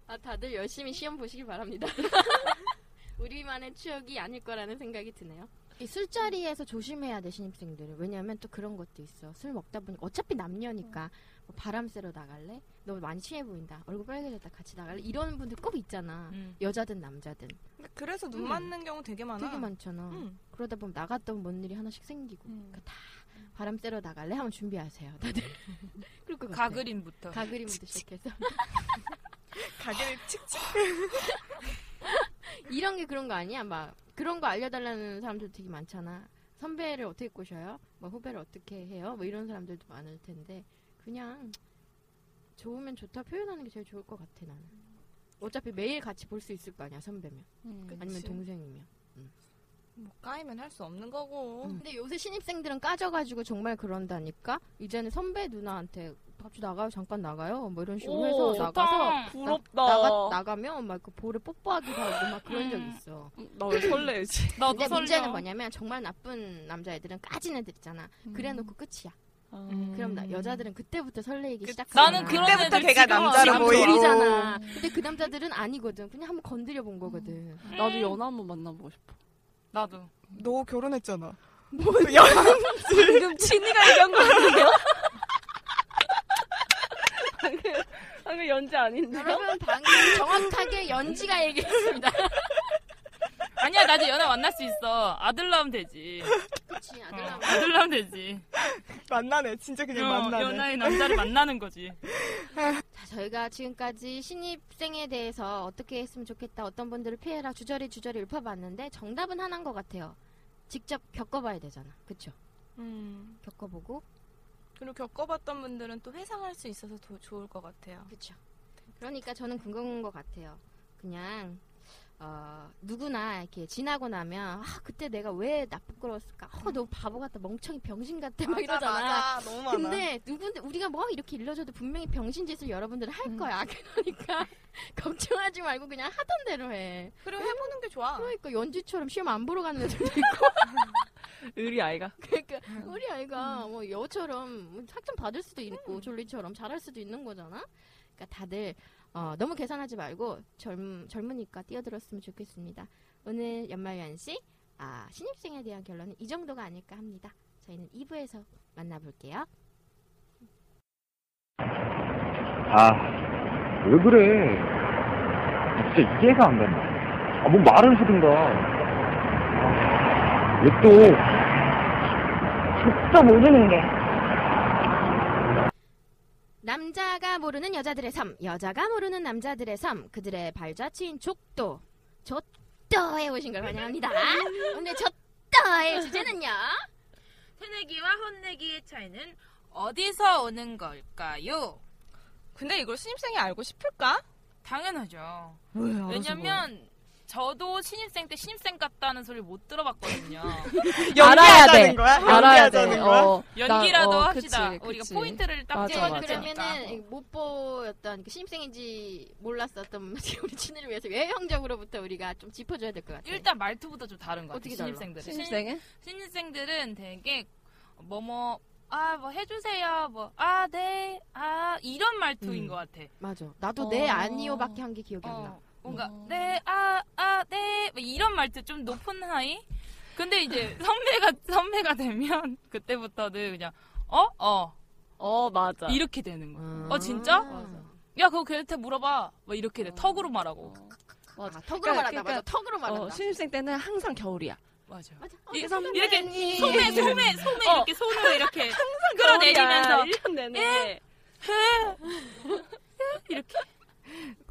[SPEAKER 4] 아 다들 열심히 시험 보시길 바랍니다 우리만의 추억이 아닐 거라는 생각이 드네요 이 술자리에서 조심해야 돼 신입생들은 왜냐하면 또 그런 것도 있어 술 먹다 보니 어차피 남녀니까 뭐 바람 쐬러 나갈래? 너 많이 취해 보인다. 얼굴 빨개졌다. 같이 나갈래? 이러는 분들 꼭 있잖아.
[SPEAKER 8] 음.
[SPEAKER 4] 여자든 남자든
[SPEAKER 7] 그래서 눈
[SPEAKER 4] 음.
[SPEAKER 7] 맞는 경우 어. 되게 많아.
[SPEAKER 4] 되게 많잖아.
[SPEAKER 7] 음.
[SPEAKER 4] 그러다 보면 나갔다 오면 뭔 일이 하나씩 생기고
[SPEAKER 7] 음.
[SPEAKER 4] 그러니까 다 바람 쐬러 나갈래? 하면 준비하세요. 다들 그럴 것 같아.
[SPEAKER 8] 가그린부터.
[SPEAKER 4] 가그림부터 시작해서
[SPEAKER 7] 가게를 칙칙.
[SPEAKER 4] 이런 게 그런 거 아니야? 막 그런 거 알려달라는 사람들 되게 많잖아. 선배를 어떻게 꼬셔요? 뭐 후배를 어떻게 해요? 뭐 이런 사람들도 많을 텐데 그냥 좋으면 좋다 표현하는 게 제일 좋을 것 같아 나는. 어차피 매일 같이 볼 수 있을 거 아니야 선배면 음. 아니면 동생이면.
[SPEAKER 7] 뭐 까이면 할 수 없는 거고.
[SPEAKER 8] 음.
[SPEAKER 4] 근데 요새 신입생들은 까져가지고 정말 그런다니까. 이제는 선배 누나한테 같이 나가요 잠깐 나가요 뭐 이런 식으로 해서
[SPEAKER 8] 어.
[SPEAKER 4] 나가서
[SPEAKER 8] 좋다.
[SPEAKER 6] 부럽다.
[SPEAKER 4] 나가 나가면 막 그 볼을 뽀뽀하기도 하고 막 그런
[SPEAKER 8] 음.
[SPEAKER 4] 적 있어.
[SPEAKER 6] 나 왜 설레지?
[SPEAKER 8] 나도
[SPEAKER 4] 근데
[SPEAKER 8] 설레.
[SPEAKER 4] 문제는 뭐냐면 정말 나쁜 남자애들은 까진 애들 있잖아.
[SPEAKER 8] 음.
[SPEAKER 4] 그래놓고 끝이야.
[SPEAKER 7] 음.
[SPEAKER 4] 그럼 나, 여자들은 그때부터 설레이기
[SPEAKER 7] 그-
[SPEAKER 4] 시작하잖아.
[SPEAKER 8] 나는 음. 그런
[SPEAKER 7] 그때부터
[SPEAKER 8] 애들
[SPEAKER 7] 걔가
[SPEAKER 8] 지금-
[SPEAKER 7] 남자로
[SPEAKER 8] 지금
[SPEAKER 7] 보이고.
[SPEAKER 8] 좋아.
[SPEAKER 4] 보이잖아. 근데 그 남자들은 아니거든. 그냥 한번 건드려 본 거거든.
[SPEAKER 8] 음.
[SPEAKER 6] 나도 연하 한번 만나보고 싶어.
[SPEAKER 8] 나도.
[SPEAKER 7] 너 결혼했잖아.
[SPEAKER 6] 지금 진이가 얘기한 거 아니에요? 방금 연지 아닌데.
[SPEAKER 4] 여러분 방금 정확하게 연지가 얘기했습니다.
[SPEAKER 8] 아니야 나도 연애 만날 수 있어. 아들 낳으면 되지.
[SPEAKER 4] 그치
[SPEAKER 8] 어,
[SPEAKER 4] 아들 남
[SPEAKER 8] 아들 낳으면 되지.
[SPEAKER 7] 만나네. 진짜 그냥
[SPEAKER 8] 어,
[SPEAKER 7] 만나네.
[SPEAKER 8] 연하의 남자를 만나는 거지.
[SPEAKER 4] 자, 저희가 지금까지 신입생에 대해서 어떻게 했으면 좋겠다, 어떤 분들을 피해라 주저리 주저리 읊어봤는데 정답은 하나인 것 같아요. 직접 겪어봐야 되잖아. 그쵸?
[SPEAKER 7] 음.
[SPEAKER 4] 겪어보고.
[SPEAKER 7] 그리고 겪어봤던 분들은 또 회상할 수 있어서 더 좋을 것 같아요.
[SPEAKER 4] 그렇죠. 그러니까 저는 그건 것 같아요. 그냥 어, 누구나 이렇게 지나고 나면 아 그때 내가 왜 나쁘끄러웠을까? 어, 너무 바보 같다, 멍청이 병신 같다 막 이러잖아.
[SPEAKER 7] 음. 맞아. 너무 많아.
[SPEAKER 4] 근데 누군데 우리가 뭐 이렇게 일러줘도 분명히 병신짓을 여러분들은 할
[SPEAKER 7] 음.
[SPEAKER 4] 거야. 그러니까 걱정하지 말고 그냥 하던 대로 해.
[SPEAKER 7] 그리고 해보는 게 좋아.
[SPEAKER 4] 그러니까 연주처럼 시험 안 보러 가는 애들도 있고
[SPEAKER 6] 의리 아이가.
[SPEAKER 4] 그러니까 우리 아이가 뭐 여처럼 뭐 학점 받을 수도 있고 졸리처럼 잘할 수도 있는 거잖아. 그러니까 다들 어, 너무 계산하지 말고 젊 젊으니까 뛰어들었으면 좋겠습니다. 오늘 연말 연시 아, 신입생에 대한 결론은 이 정도가 아닐까 합니다. 저희는 2부에서 만나볼게요.
[SPEAKER 10] 아, 왜 그래? 진짜 이해가 안 된다. 아, 뭐 말을 하든가. 아, 얘 또, 진짜 모르는 게.
[SPEAKER 4] 남자가 모르는 여자들의 섬, 여자가 모르는 남자들의 섬, 그들의 발자취인 족도, 족도에 오신 걸 환영합니다. 오늘 족도의 주제는요.
[SPEAKER 8] 새내기와 혼내기의 차이는 어디서 오는 걸까요?
[SPEAKER 7] 근데 이걸 신입생이 알고 싶을까?
[SPEAKER 8] 당연하죠.
[SPEAKER 7] 왜?
[SPEAKER 8] 왜냐면 저도 신입생 때 신입생 같다는 소리를 못 들어봤거든요.
[SPEAKER 6] 알아야
[SPEAKER 7] 뭐 연기하자는
[SPEAKER 6] 돼.
[SPEAKER 7] 거야?
[SPEAKER 6] 알아야 돼.
[SPEAKER 7] 연기하자는 거야?
[SPEAKER 6] 어,
[SPEAKER 8] 연기라도
[SPEAKER 6] 나- 어,
[SPEAKER 8] 합시다.
[SPEAKER 6] 그치,
[SPEAKER 8] 우리가
[SPEAKER 6] 그치.
[SPEAKER 8] 포인트를 딱
[SPEAKER 6] 맞아,
[SPEAKER 8] 찍어야
[SPEAKER 6] 맞아.
[SPEAKER 8] 되니까.
[SPEAKER 4] 그러면은 못 보였던 그 신입생인지 몰랐었던 우리 친을 위해서 외형적으로부터 우리가 좀 짚어줘야 될 것 같아요.
[SPEAKER 8] 일단 말투부터 좀 다른 것 같아요.
[SPEAKER 4] 어떻게 달라?
[SPEAKER 8] 신입생들은.
[SPEAKER 6] 신입생에?
[SPEAKER 8] 신입생들은 되게 뭐뭐 아 뭐 해주세요 뭐 아 네 아 이런 말투인
[SPEAKER 4] 음.
[SPEAKER 8] 것 같아.
[SPEAKER 4] 맞아. 나도
[SPEAKER 6] 어.
[SPEAKER 4] 네 아니요밖에 한 게 기억이 안 나.
[SPEAKER 8] 어, 뭔가 아,
[SPEAKER 6] 음.
[SPEAKER 8] 네아아네 뭐 이런 말투 좀 높은 하이. 근데 이제 선배가 선배가 되면 그때부터는 그냥 어 어,
[SPEAKER 6] 어, 맞아.
[SPEAKER 8] 이렇게 되는 거야.
[SPEAKER 4] 아.
[SPEAKER 8] 어, 진짜?
[SPEAKER 4] 맞아.
[SPEAKER 8] 야 그거 걔한테 물어봐. 뭐 이렇게 돼. 턱으로 말하고.
[SPEAKER 6] 맞아.
[SPEAKER 4] 아, 턱으로
[SPEAKER 6] 그러니까-
[SPEAKER 4] 말한다. 맞아. 턱으로 말한다.
[SPEAKER 6] 어, 신입생 때는 항상 겨울이야.
[SPEAKER 8] 맞아.
[SPEAKER 4] 맞아. 어,
[SPEAKER 8] 이-
[SPEAKER 4] 선배님.
[SPEAKER 8] 이렇게 소매 소매 소매
[SPEAKER 6] 어.
[SPEAKER 8] 이렇게 손으로 이렇게 끌어내리면서
[SPEAKER 6] 1년
[SPEAKER 7] 예.
[SPEAKER 6] 내내.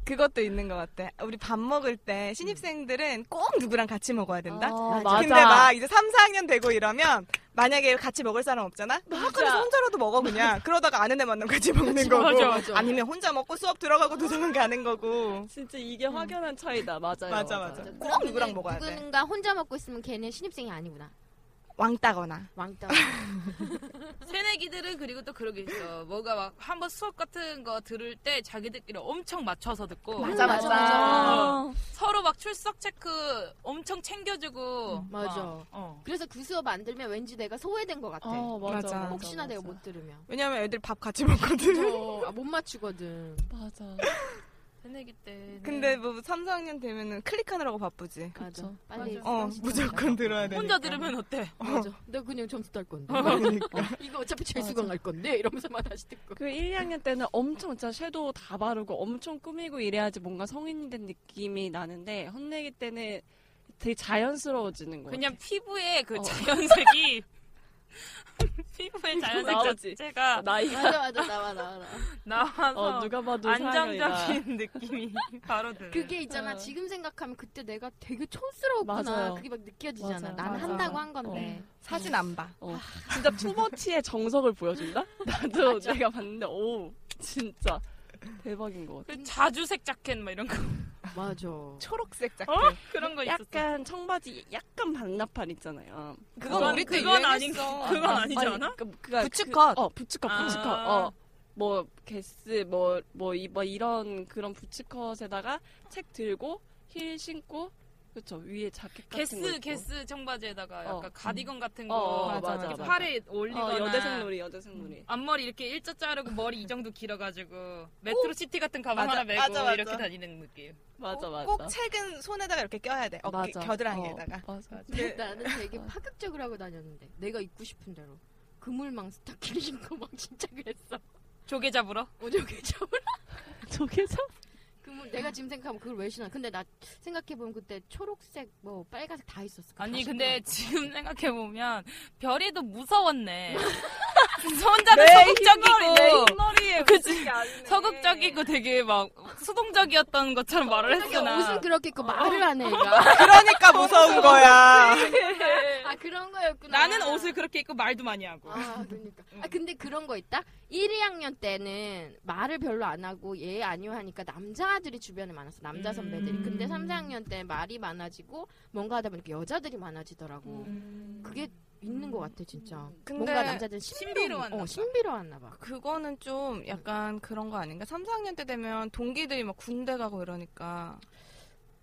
[SPEAKER 7] 그것도 있는 것 같아. 우리 밥 먹을 때 신입생들은 꼭 누구랑 같이 먹어야 된다.
[SPEAKER 6] 어,
[SPEAKER 4] 맞아.
[SPEAKER 7] 근데 막 이제 3, 4학년 되고 이러면 만약에 같이 먹을 사람 없잖아? 너 학교에서 혼자라도 먹어 그냥. 그러다가 아는 애 만나면 같이 먹는 거고.
[SPEAKER 6] 맞아, 맞아.
[SPEAKER 7] 아니면 혼자 먹고 수업 들어가고 도서관 가는 거고.
[SPEAKER 6] 진짜 이게 확연한 차이다. 맞아요.
[SPEAKER 7] 음. 맞아, 맞아. 꼭 누구랑 먹어야 돼.
[SPEAKER 4] 누군가 혼자 먹고 있으면 걔는 신입생이 아니구나.
[SPEAKER 7] 왕따거나.
[SPEAKER 4] 왕따.
[SPEAKER 8] 새내기들은 그리고 또 그러게 있어. 뭐가 막 한번 수업 같은 거 들을 때 자기들끼리 엄청 맞춰서 듣고
[SPEAKER 4] 맞아, 맞아.
[SPEAKER 8] 맞아. 서로 막 출석 체크 엄청 챙겨주고
[SPEAKER 4] 맞아.
[SPEAKER 8] 막, 어.
[SPEAKER 4] 그래서 그 수업 안 들면 왠지 내가 소외된 것 같아.
[SPEAKER 6] 어, 맞아.
[SPEAKER 7] 네. 맞아.
[SPEAKER 6] 맞아,
[SPEAKER 4] 혹시나
[SPEAKER 6] 맞아.
[SPEAKER 4] 내가 못 들으면. 네,
[SPEAKER 7] 왜냐면 애들 밥 같이 먹거든.
[SPEAKER 4] 어, 아, 못 맞추거든.
[SPEAKER 6] 맞아.
[SPEAKER 8] 새내기 때.
[SPEAKER 7] 근데 뭐 3, 4학년 되면은 클릭하느라고 바쁘지.
[SPEAKER 6] 맞아.
[SPEAKER 4] 빨리
[SPEAKER 8] 맞아.
[SPEAKER 7] 어,
[SPEAKER 4] 수강시켜야
[SPEAKER 7] 무조건 들어야 되니까.
[SPEAKER 8] 혼자 들으면 어때?
[SPEAKER 4] 맞아. 내가 그냥 점수 딸 건데. 어, 이거 어차피 재수강 할 건데 이러면서만 다시 듣고.
[SPEAKER 6] 그 1, 2학년 때는 엄청 진짜 섀도우 다 바르고 엄청 꾸미고 이래야지 뭔가 성인이 된 느낌이 나는데 헛내기 때는 되게 자연스러워지는 거예요.
[SPEAKER 8] 그냥 피부에 그
[SPEAKER 6] 어.
[SPEAKER 8] 자연색이 피부에 자연색
[SPEAKER 6] 나오지.
[SPEAKER 8] 자체가
[SPEAKER 6] 나이가
[SPEAKER 4] 맞아 맞아 나와 나와 나와.
[SPEAKER 8] 나와서
[SPEAKER 6] 어, 누가 봐도 사랑이다.
[SPEAKER 8] 안정적인 느낌이 바로 드는.
[SPEAKER 4] 그게 있잖아.
[SPEAKER 6] 어.
[SPEAKER 4] 지금 생각하면 그때 내가 되게 촌스러웠구나.
[SPEAKER 6] 맞아요.
[SPEAKER 4] 그게 막 느껴지잖아.
[SPEAKER 6] 맞아요.
[SPEAKER 4] 나는
[SPEAKER 6] 맞아.
[SPEAKER 4] 한다고 한 건데.
[SPEAKER 7] 사진 안 봐.
[SPEAKER 6] 어. 진짜 투머치의 정석을 보여준다? 나도 내가 봤는데 오 진짜 대박인 것 같아.
[SPEAKER 8] 그 자주색 자켓 막 이런 거
[SPEAKER 4] 맞아.
[SPEAKER 7] 초록색 자켓.
[SPEAKER 8] 어? 그런 거 있었어.
[SPEAKER 6] 약간 청바지 약간 반나팔 있잖아요.
[SPEAKER 7] 그건 우리 때
[SPEAKER 8] 그건 아닌
[SPEAKER 7] 유행했어.
[SPEAKER 8] 그건 아니지
[SPEAKER 6] 아니,
[SPEAKER 8] 않아?
[SPEAKER 6] 그, 그가
[SPEAKER 7] 부츠컷.
[SPEAKER 6] 그, 어 부츠컷
[SPEAKER 8] 아.
[SPEAKER 6] 부츠컷 어뭐 게스 뭐뭐 이 뭐 이런 그런 부츠컷에다가 책 들고 힐 신고 그쵸 위에 자켓 같은 거
[SPEAKER 8] 게스
[SPEAKER 6] 입고.
[SPEAKER 8] 게스 청바지에다가
[SPEAKER 6] 어.
[SPEAKER 8] 약간 가디건 같은 거
[SPEAKER 6] 어, 어,
[SPEAKER 7] 맞아,
[SPEAKER 8] 이렇게
[SPEAKER 7] 맞아.
[SPEAKER 8] 팔에 올리거나 음.
[SPEAKER 6] 어, 여대생 놀이 여대생 놀이
[SPEAKER 8] 앞머리 이렇게 일자 자르고 머리 이 정도 길어가지고 메트로시티 같은 가방
[SPEAKER 7] 맞아,
[SPEAKER 8] 하나 메고
[SPEAKER 7] 맞아, 맞아.
[SPEAKER 8] 이렇게 다니는 느낌.
[SPEAKER 6] 맞아 맞아
[SPEAKER 7] 꼭 책은 손에다가 이렇게 껴야 돼. 어깨
[SPEAKER 6] 맞아.
[SPEAKER 7] 겨드랑이에다가.
[SPEAKER 6] 어, 맞아
[SPEAKER 7] 근데
[SPEAKER 4] 나는 되게
[SPEAKER 6] 어.
[SPEAKER 4] 파격적으로 하고 다녔는데. 내가 입고 싶은 대로. 그물망 스타킹 신고 막 진짜 그랬어.
[SPEAKER 8] 조개 잡으러?
[SPEAKER 4] 어저께 저
[SPEAKER 6] 저게서
[SPEAKER 4] 그물 내가 지금 생각하면 그걸 왜 신어. 근데 나 생각해보면 그때 초록색 뭐 빨간색 다 있었어.
[SPEAKER 8] 아니
[SPEAKER 4] 다
[SPEAKER 8] 근데
[SPEAKER 4] 신고.
[SPEAKER 8] 지금 생각해 보면 별이도 무서웠네. 혼자는 서극적이고
[SPEAKER 7] 흰머리에
[SPEAKER 8] 그치.
[SPEAKER 7] 무슨 게 아니네.
[SPEAKER 8] 서극적이고 되게 막 수동적이었던 것처럼 말을 했으나
[SPEAKER 4] 옷은 그렇게 입고 말을 안 해, 얘가.
[SPEAKER 7] 그러니까 무서운 거야.
[SPEAKER 4] 아, 그런 거였구나.
[SPEAKER 8] 나는 옷을 그렇게 입고 말도 많이 하고
[SPEAKER 4] 아, 그러니까. 아, 근데 그런 거 있다? 1, 2학년 때는 말을 별로 안 하고 얘 아니요 하니까 남자들이 주변에 많았어. 남자 선배들이.
[SPEAKER 8] 음.
[SPEAKER 4] 근데 3, 4학년 때 말이 많아지고 뭔가 하다 보니까 여자들이 많아지더라고.
[SPEAKER 8] 음.
[SPEAKER 6] 음.
[SPEAKER 4] 그게 있는 것 같아, 진짜.
[SPEAKER 7] 근데
[SPEAKER 4] 뭔가 남자들은 신비로운,
[SPEAKER 8] 신비로웠나
[SPEAKER 4] 어,
[SPEAKER 8] 봐.
[SPEAKER 4] 신비로웠나 봐.
[SPEAKER 7] 그거는 좀 약간 그런 거 아닌가? 3, 4학년 때 되면 동기들이 막 군대 가고 이러니까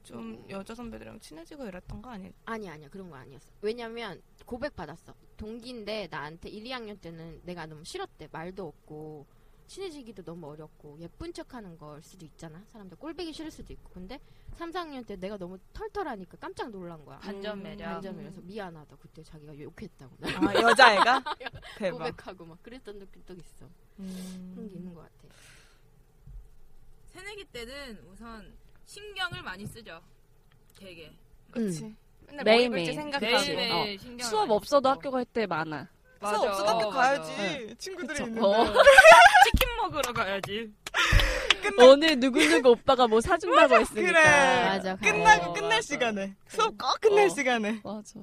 [SPEAKER 7] 좀 여자 선배들이랑 친해지고 이랬던 거 아닐까?
[SPEAKER 4] 아니 아니야 그런 거 아니었어. 왜냐면 고백 받았어. 동기인데 나한테 1, 2학년 때는 내가 너무 싫었대. 말도 없고 친해지기도 너무 어렵고 예쁜 척하는 걸 수도 있잖아. 사람들 꼴보기 싫을 수도 있고. 근데 3, 4학년 때 내가 너무 털털하니까 깜짝 놀란 거야.
[SPEAKER 8] 반전 매력.
[SPEAKER 4] 반전이라서 미안하다. 그때 자기가 욕했다고 나
[SPEAKER 7] 아, 여자애가? 대박.
[SPEAKER 4] 고백하고 막 그랬던 적도 있어. 그런 게
[SPEAKER 7] 음.
[SPEAKER 4] 있는 것 같아.
[SPEAKER 8] 새내기 때는 우선 신경을 많이 쓰죠. 되게
[SPEAKER 7] 그치. 맨날
[SPEAKER 6] 매일매일.
[SPEAKER 7] 뭐 입을지 생각하고.
[SPEAKER 8] 매일매일
[SPEAKER 6] 어.
[SPEAKER 8] 신경
[SPEAKER 6] 수업 없어도 학교 갈 때 많아
[SPEAKER 7] 수업 없어도 학교 가야지. 친구들이
[SPEAKER 6] 그쵸?
[SPEAKER 7] 있는데.
[SPEAKER 6] 어.
[SPEAKER 8] 치킨 먹으러 가야지.
[SPEAKER 6] 오늘 누구누구 오빠가 뭐 사준다고 했으니까
[SPEAKER 7] 그래.
[SPEAKER 4] 맞아.
[SPEAKER 7] 끝나고
[SPEAKER 6] 어,
[SPEAKER 7] 끝날
[SPEAKER 6] 맞아.
[SPEAKER 7] 시간에. 수업 꼭 끝날
[SPEAKER 6] 어.
[SPEAKER 7] 시간에.
[SPEAKER 6] 맞아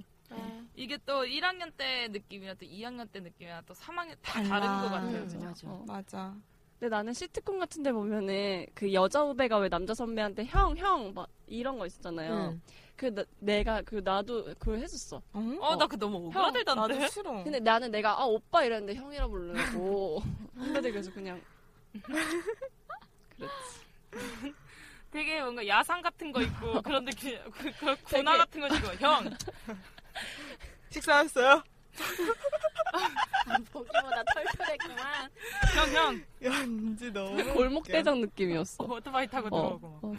[SPEAKER 8] 이게 또 1학년 때 느낌이나 또 2학년 때 느낌이나 또 3학년 다 다른
[SPEAKER 7] 달라.
[SPEAKER 8] 것 같아요.
[SPEAKER 4] 음,
[SPEAKER 8] 진짜.
[SPEAKER 4] 맞아.
[SPEAKER 6] 어.
[SPEAKER 7] 맞아.
[SPEAKER 6] 근데 나는 시트콤 같은 데 보면은 그 여자 후배가 왜 남자 선배한테 형, 형, 막 이런 거 있었잖아요.
[SPEAKER 4] 응.
[SPEAKER 6] 그 나- 내가 그 나도 그걸 했었어.
[SPEAKER 7] 응?
[SPEAKER 8] 어, 나 그 너무 오그라들던데.
[SPEAKER 7] 나도 싫어.
[SPEAKER 6] 근데 나는 내가 아 오빠 이랬는데 형이라 부르고 후배들 그래서 그냥 그랬지.
[SPEAKER 8] 되게 뭔가 야상 같은 거 있고 그런 느낌, 그, 그 군화 같은 거 지고 형.
[SPEAKER 7] 식사했어요?
[SPEAKER 4] 보기보다 털털했구만.
[SPEAKER 8] 형, 형,
[SPEAKER 7] 연지 너무.
[SPEAKER 6] 골목대장 느낌이었어.
[SPEAKER 8] 오토바이 타고
[SPEAKER 6] 어.
[SPEAKER 8] 들어오고. 막.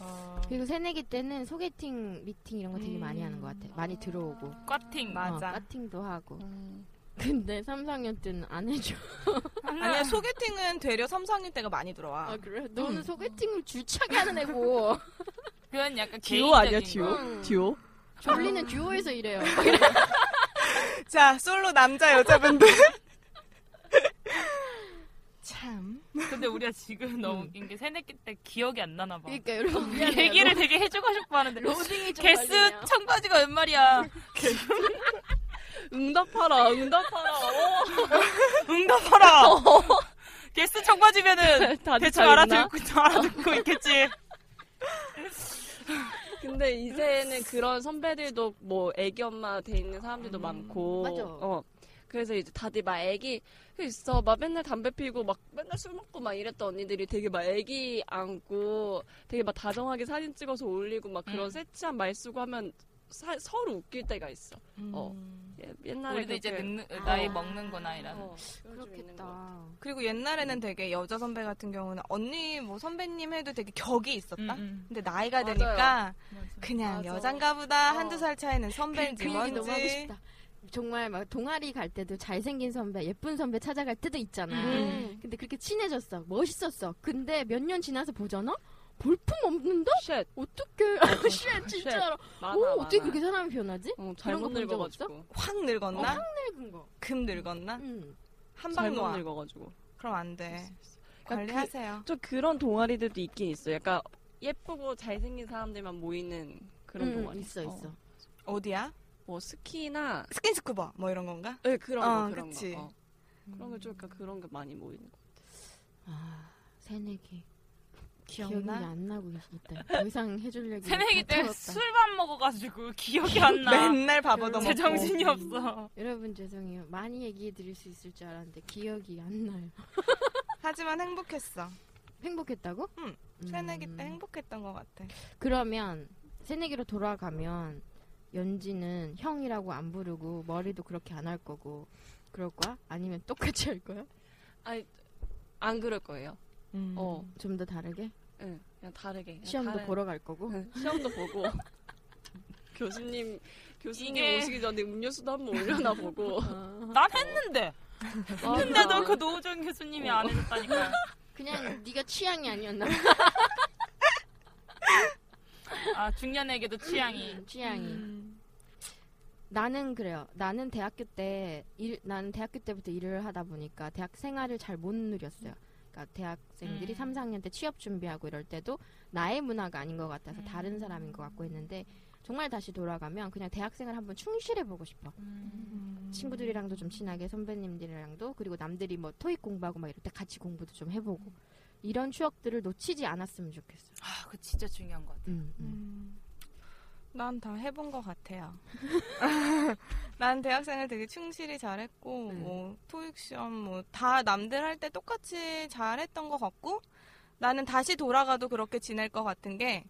[SPEAKER 6] 어.
[SPEAKER 4] 그리고 새내기 때는 소개팅, 미팅 이런 거 되게 많이 하는 것 같아. 많이 들어오고.
[SPEAKER 8] 꽈팅.
[SPEAKER 7] 맞아.
[SPEAKER 4] 어, 까팅도 하고.
[SPEAKER 6] 음.
[SPEAKER 4] 근데 3, 4학년 때는 안 해줘.
[SPEAKER 7] 아니야, 소개팅은 되려 3, 4학년 때가 많이 들어와.
[SPEAKER 4] 아, 그래? 너는 소개팅을 주차게 하는 애고.
[SPEAKER 8] 그건 약간
[SPEAKER 6] 듀오 아니야
[SPEAKER 8] 개인적인 거.
[SPEAKER 6] 듀오? 듀오?
[SPEAKER 4] 졸리는 듀오에서 일해요.
[SPEAKER 7] 자, 솔로 남자 여자분들. 참.
[SPEAKER 8] 근데 우리가 지금 너무 웃긴 게 새내기 때 기억이 안 나나 봐.
[SPEAKER 4] 그러니까 여러분 미안해요.
[SPEAKER 8] 얘기를 되게 해주고 싶어 하는데.
[SPEAKER 4] 로- 로딩이 좀
[SPEAKER 8] 개수
[SPEAKER 4] 걸리네요.
[SPEAKER 8] 청바지가 웬 말이야.
[SPEAKER 6] 응답하라 응답하라. 어.
[SPEAKER 8] 응답하라. 개수 청바지면은
[SPEAKER 6] 다들
[SPEAKER 8] 대충
[SPEAKER 6] 잘
[SPEAKER 8] 알아듣고, 알아듣고 있겠지.
[SPEAKER 6] 근데 이제는 그런 선배들도 뭐 애기 엄마 돼 있는
[SPEAKER 5] 음,
[SPEAKER 6] 사람들도 많고
[SPEAKER 4] 맞아.
[SPEAKER 6] 어 그래서 이제 다들 막 애기 그 있어 막 맨날 담배 피우고 막 맨날 술 먹고 막 이랬던 언니들이 되게 막 애기 안고 되게 막 다정하게 사진 찍어서 올리고 막 그런
[SPEAKER 8] 음.
[SPEAKER 6] 세치한 말 쓰고 하면 사- 서로 웃길 때가 있어 어. 예, 옛날에
[SPEAKER 5] 우리도 어. 이제
[SPEAKER 6] 그렇게-
[SPEAKER 5] 늙는, 나이 먹는구나 이런.
[SPEAKER 6] 어, 그런 좀 있는 것 같아요.
[SPEAKER 3] 그렇겠다.
[SPEAKER 7] 그리고 옛날에는 되게 여자 선배 같은 경우는 언니 뭐 선배님 해도 되게 격이 있었다.
[SPEAKER 5] 음,
[SPEAKER 7] 근데 나이가
[SPEAKER 6] 맞아요.
[SPEAKER 7] 되니까
[SPEAKER 5] 맞아.
[SPEAKER 7] 그냥
[SPEAKER 6] 맞아.
[SPEAKER 7] 여잔가 보다
[SPEAKER 6] 어.
[SPEAKER 7] 한두 살 차이는
[SPEAKER 3] 그, 그
[SPEAKER 7] 선배인지
[SPEAKER 3] 얘기 너무 하고
[SPEAKER 7] 뭔지
[SPEAKER 3] 싶다. 정말 막 동아리 갈 때도 잘생긴 선배, 예쁜 선배 찾아갈 때도 있잖아.
[SPEAKER 6] 음.
[SPEAKER 3] 근데 그렇게 친해졌어. 멋있었어. 근데 몇 년 지나서 보잖아? 볼품 없는데?
[SPEAKER 6] 쉣
[SPEAKER 3] 어떻게? 쉣, 진짜로.
[SPEAKER 6] 많아
[SPEAKER 3] 오,
[SPEAKER 6] 많아.
[SPEAKER 3] 어떻게 그렇게 사람이 변하지?
[SPEAKER 6] 어,
[SPEAKER 3] 그런
[SPEAKER 6] 잘못
[SPEAKER 3] 거본적
[SPEAKER 6] 늙어가지고
[SPEAKER 7] 확 늙었나?
[SPEAKER 3] 늙은 거.
[SPEAKER 7] 금 늙었나?
[SPEAKER 4] 음.
[SPEAKER 3] 응.
[SPEAKER 7] 한방
[SPEAKER 6] 잘못
[SPEAKER 7] 놓아.
[SPEAKER 6] 늙어가지고
[SPEAKER 7] 그럼 안 돼.
[SPEAKER 6] 그러니까
[SPEAKER 7] 관리하세요.
[SPEAKER 6] 좀 그런 동아리들도 있긴 있어요. 약간 예쁘고 잘생긴 사람들만 모이는 그런
[SPEAKER 4] 음,
[SPEAKER 3] 응,
[SPEAKER 6] 동아리
[SPEAKER 3] 있어, 있어.
[SPEAKER 6] 어.
[SPEAKER 7] 어디야?
[SPEAKER 6] 뭐 스키나
[SPEAKER 7] 스킨스쿠버 뭐 이런 건가?
[SPEAKER 6] 예 그런
[SPEAKER 7] 어,
[SPEAKER 6] 거 그런
[SPEAKER 7] 그치.
[SPEAKER 6] 거. 어. 그런 게좀 약간 그런 게 많이 모이는 거.
[SPEAKER 3] 아, 새내기. 기억이
[SPEAKER 7] 기억나?
[SPEAKER 3] 안 나고 있다. 더 이상 해줄 얘기.
[SPEAKER 5] 새내기
[SPEAKER 3] 다
[SPEAKER 5] 때
[SPEAKER 3] 털었다.
[SPEAKER 5] 술만 먹어가지고 기억이 안 나.
[SPEAKER 7] 맨날 바보
[SPEAKER 3] 제
[SPEAKER 8] 그
[SPEAKER 7] 넘어.
[SPEAKER 5] 제 정신이 없어.
[SPEAKER 3] 여러분 죄송해요. 많이 얘기해 드릴 수 있을 줄 알았는데 기억이 안 나요.
[SPEAKER 7] 하지만 행복했어.
[SPEAKER 3] 행복했다고?
[SPEAKER 7] 응.
[SPEAKER 3] 음.
[SPEAKER 7] 새내기 때 행복했던 것 같아.
[SPEAKER 3] 그러면 새내기로 돌아가면 연지는 형이라고 안 부르고 머리도 그렇게 안 할 거고 그럴 거야? 아니면 똑같이 할 거야?
[SPEAKER 6] 안 그럴 거예요.
[SPEAKER 7] 음.
[SPEAKER 6] 어,
[SPEAKER 3] 좀 더 다르게?
[SPEAKER 6] 예, 그냥 다르게. 그냥
[SPEAKER 3] 시험도
[SPEAKER 6] 다른-
[SPEAKER 3] 보러 갈 거고?
[SPEAKER 6] 예, 시험도 보고. 교수님 교수님
[SPEAKER 5] 이게- 어.
[SPEAKER 6] 오시기 전에 음료수도 한번 올려나 보고.
[SPEAKER 5] 난 했는데.
[SPEAKER 6] 아,
[SPEAKER 5] 했는데도 그 노우정 교수님이 안 해줬다니까.
[SPEAKER 3] 그냥 네가 취향이 아니었나?
[SPEAKER 5] 아 중년에게도 취향이.
[SPEAKER 3] 음, 취향이. 나는 그래요. 나는 대학교 때 일, 나는 대학교 때부터 일을 하다 보니까 대학 생활을 잘 못 누렸어요. 그러니까 대학생들이
[SPEAKER 5] 음.
[SPEAKER 3] 삼 3, 4학년 때 취업 준비하고 이럴 때도 나의 문화가 아닌 것 같아서
[SPEAKER 5] 음.
[SPEAKER 3] 다른 사람인 것 같고 했는데 정말 다시 돌아가면 그냥 대학생을 한번 충실해 보고 싶어.
[SPEAKER 5] 아, 음.
[SPEAKER 3] 친구들이랑도 좀 친하게 선배님들이랑도 그리고 남들이 뭐 토익 공부하고 막 이럴 때 같이 공부도 좀 해보고 이런 추억들을 놓치지 않았으면 좋겠어.
[SPEAKER 5] 아, 그 진짜 중요한 것 같아.
[SPEAKER 3] 음, 음.
[SPEAKER 7] 음. 난 다 해본 것 같아요. 난 대학생을 되게 충실히 잘했고,
[SPEAKER 3] 음.
[SPEAKER 7] 뭐, 토익 시험, 뭐, 다 남들 할 때 똑같이 잘했던 것 같고, 나는 다시 돌아가도 그렇게 지낼 것 같은 게,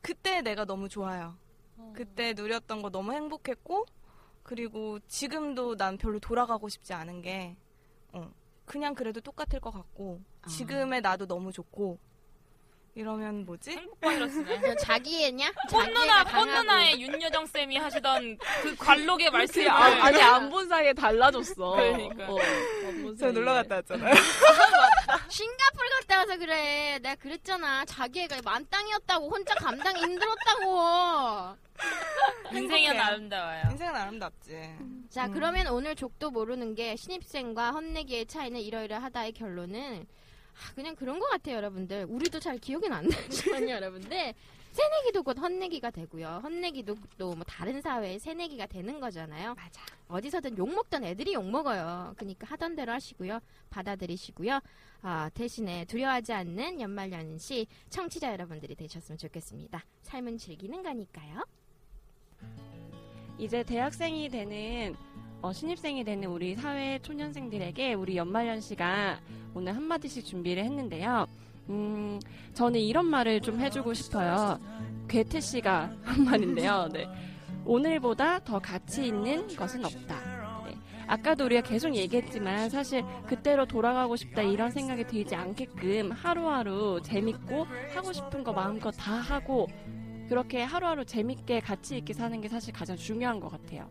[SPEAKER 7] 그때 내가 너무 좋아요. 그때 누렸던 거 너무 행복했고, 그리고 지금도 난 별로 돌아가고 싶지 않은 게, 어, 그냥 그래도 똑같을 것 같고,
[SPEAKER 3] 아.
[SPEAKER 7] 지금의 나도 너무 좋고, 이러면 뭐지?
[SPEAKER 5] 행복 바이러스네.
[SPEAKER 4] 그냥 자기애냐?
[SPEAKER 5] 꽃누나,
[SPEAKER 4] 자기애가 강하고.
[SPEAKER 5] 꽃누나의 윤여정 쌤이 하시던 그 관록의 말씀을
[SPEAKER 6] 아, 아니 안 본 사이에 달라졌어.
[SPEAKER 5] 그러니까.
[SPEAKER 6] 어, 안본
[SPEAKER 7] 저
[SPEAKER 6] 사이에.
[SPEAKER 7] 놀러
[SPEAKER 5] 네.
[SPEAKER 7] 갔다 왔잖아요.
[SPEAKER 4] 싱가포르 갔다 와서 그래. 내가 그랬잖아. 자기애가 만땅이었다고 혼자 감당 힘들었다고.
[SPEAKER 5] 인생은
[SPEAKER 7] 행복해요.
[SPEAKER 5] 아름다워요.
[SPEAKER 7] 인생은 아름답지.
[SPEAKER 4] 자,
[SPEAKER 7] 음.
[SPEAKER 4] 그러면 오늘 족도 모르는 게 신입생과 헛내기의 차이는 이러이러하다의 결론은 아, 그냥 그런 것 같아요, 여러분들. 우리도 잘 기억이 안 나지만요, 여러분들. 새내기도 곧 헛내기가 되고요. 헛내기도 또 뭐 다른 사회의 새내기가 되는 거잖아요. 맞아. 어디서든 욕먹던 애들이 욕먹어요. 그러니까 하던 대로 하시고요. 받아들이시고요. 아, 대신에 두려워하지 않는 연말 연시 청취자 여러분들이 되셨으면 좋겠습니다. 삶은 즐기는 거니까요.
[SPEAKER 6] 이제 대학생이 되는 어, 신입생이 되는 우리 사회 초년생들에게 우리 연말연 씨가 오늘 한마디씩 준비를 했는데요. 음, 저는 이런 말을 좀 해주고 싶어요. 괴테 씨가 한 말인데요. 네. 오늘보다 더 가치 있는 것은 없다. 네. 아까도 우리가 계속 얘기했지만 사실 그때로 돌아가고 싶다 이런 생각이 들지 않게끔 하루하루 재밌고 하고 싶은 거 마음껏 다 하고 그렇게 하루하루 재밌게 가치 있게 사는 게 사실 가장 중요한 것 같아요.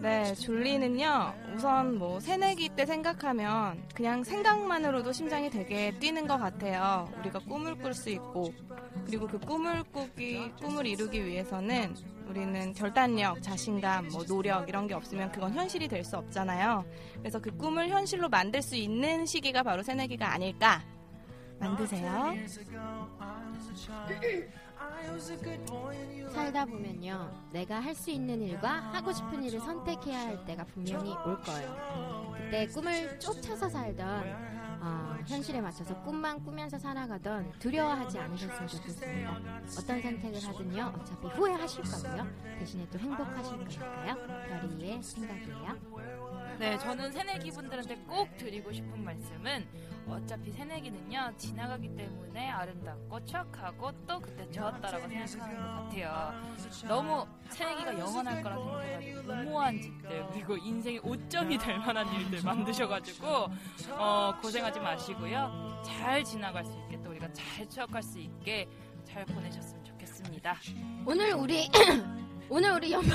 [SPEAKER 7] 네, 졸리는요. 우선 뭐 새내기 때 생각하면 그냥 생각만으로도 심장이 되게 뛰는 것 같아요. 우리가 꿈을 꿀 수 있고 그리고 그 꿈을 꾸기 꿈을 이루기 위해서는 우리는 결단력, 자신감, 뭐 노력 이런 게 없으면 그건 현실이 될 수 없잖아요. 그래서 그 꿈을 현실로 만들 수 있는 시기가 바로 새내기가 아닐까. 만드세요.
[SPEAKER 4] 살다 보면요, 내가 할 수 있는 일과 하고 싶은 일을 선택해야 할 때가 분명히 올 거예요. 그때 꿈을 쫓아서 살던, 어, 현실에 맞춰서 꿈만 꾸면서 살아가던 두려워하지 않으셨으면 좋겠습니다. 어떤 선택을 하든요, 어차피 후회하실 거고요. 대신에 또 행복하실 거니까요. 별이의 생각이에요.
[SPEAKER 8] 네, 저는 새내기분들한테 꼭 드리고 싶은 말씀은 어차피 새내기는요 지나가기 때문에 아름답고 추악하고 또 그때 좋았다라고 생각하는 것 같아요. 너무 새내기가 영원할 거라 생각해가지고 무모한 짓들 그리고 인생의 오점이 될 만한 일들 만드셔가지고 어, 고생하지 마시고요 잘 지나갈 수 있게 또 우리가 잘 추억할 수 있게 잘 보내셨으면 좋겠습니다.
[SPEAKER 4] 오늘 우리 오늘 우리 연말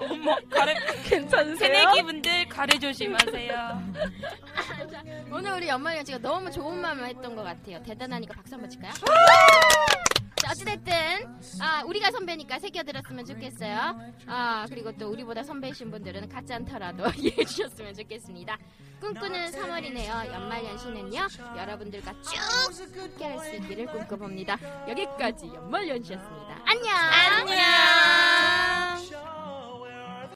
[SPEAKER 8] 어머 가래
[SPEAKER 11] 괜찮으세요?
[SPEAKER 8] 새내기분들 가래 조심하세요.
[SPEAKER 4] 자, 오늘 우리 연말 연시가 너무 좋은 마음을 했던 것 같아요. 대단하니까 박수 한번 칠까요? 자, 어찌됐든 아, 우리가 선배니까 새겨들었으면 좋겠어요. 아, 그리고 또 우리보다 선배이신 분들은 가지 않더라도 이해해 주셨으면 좋겠습니다. 꿈꾸는 3월이네요. 연말 연시는요. 여러분들과 쭉 함께할 수 있기를 꿈꿔봅니다. 여기까지 연말 연시였습니다. 안녕! 안녕!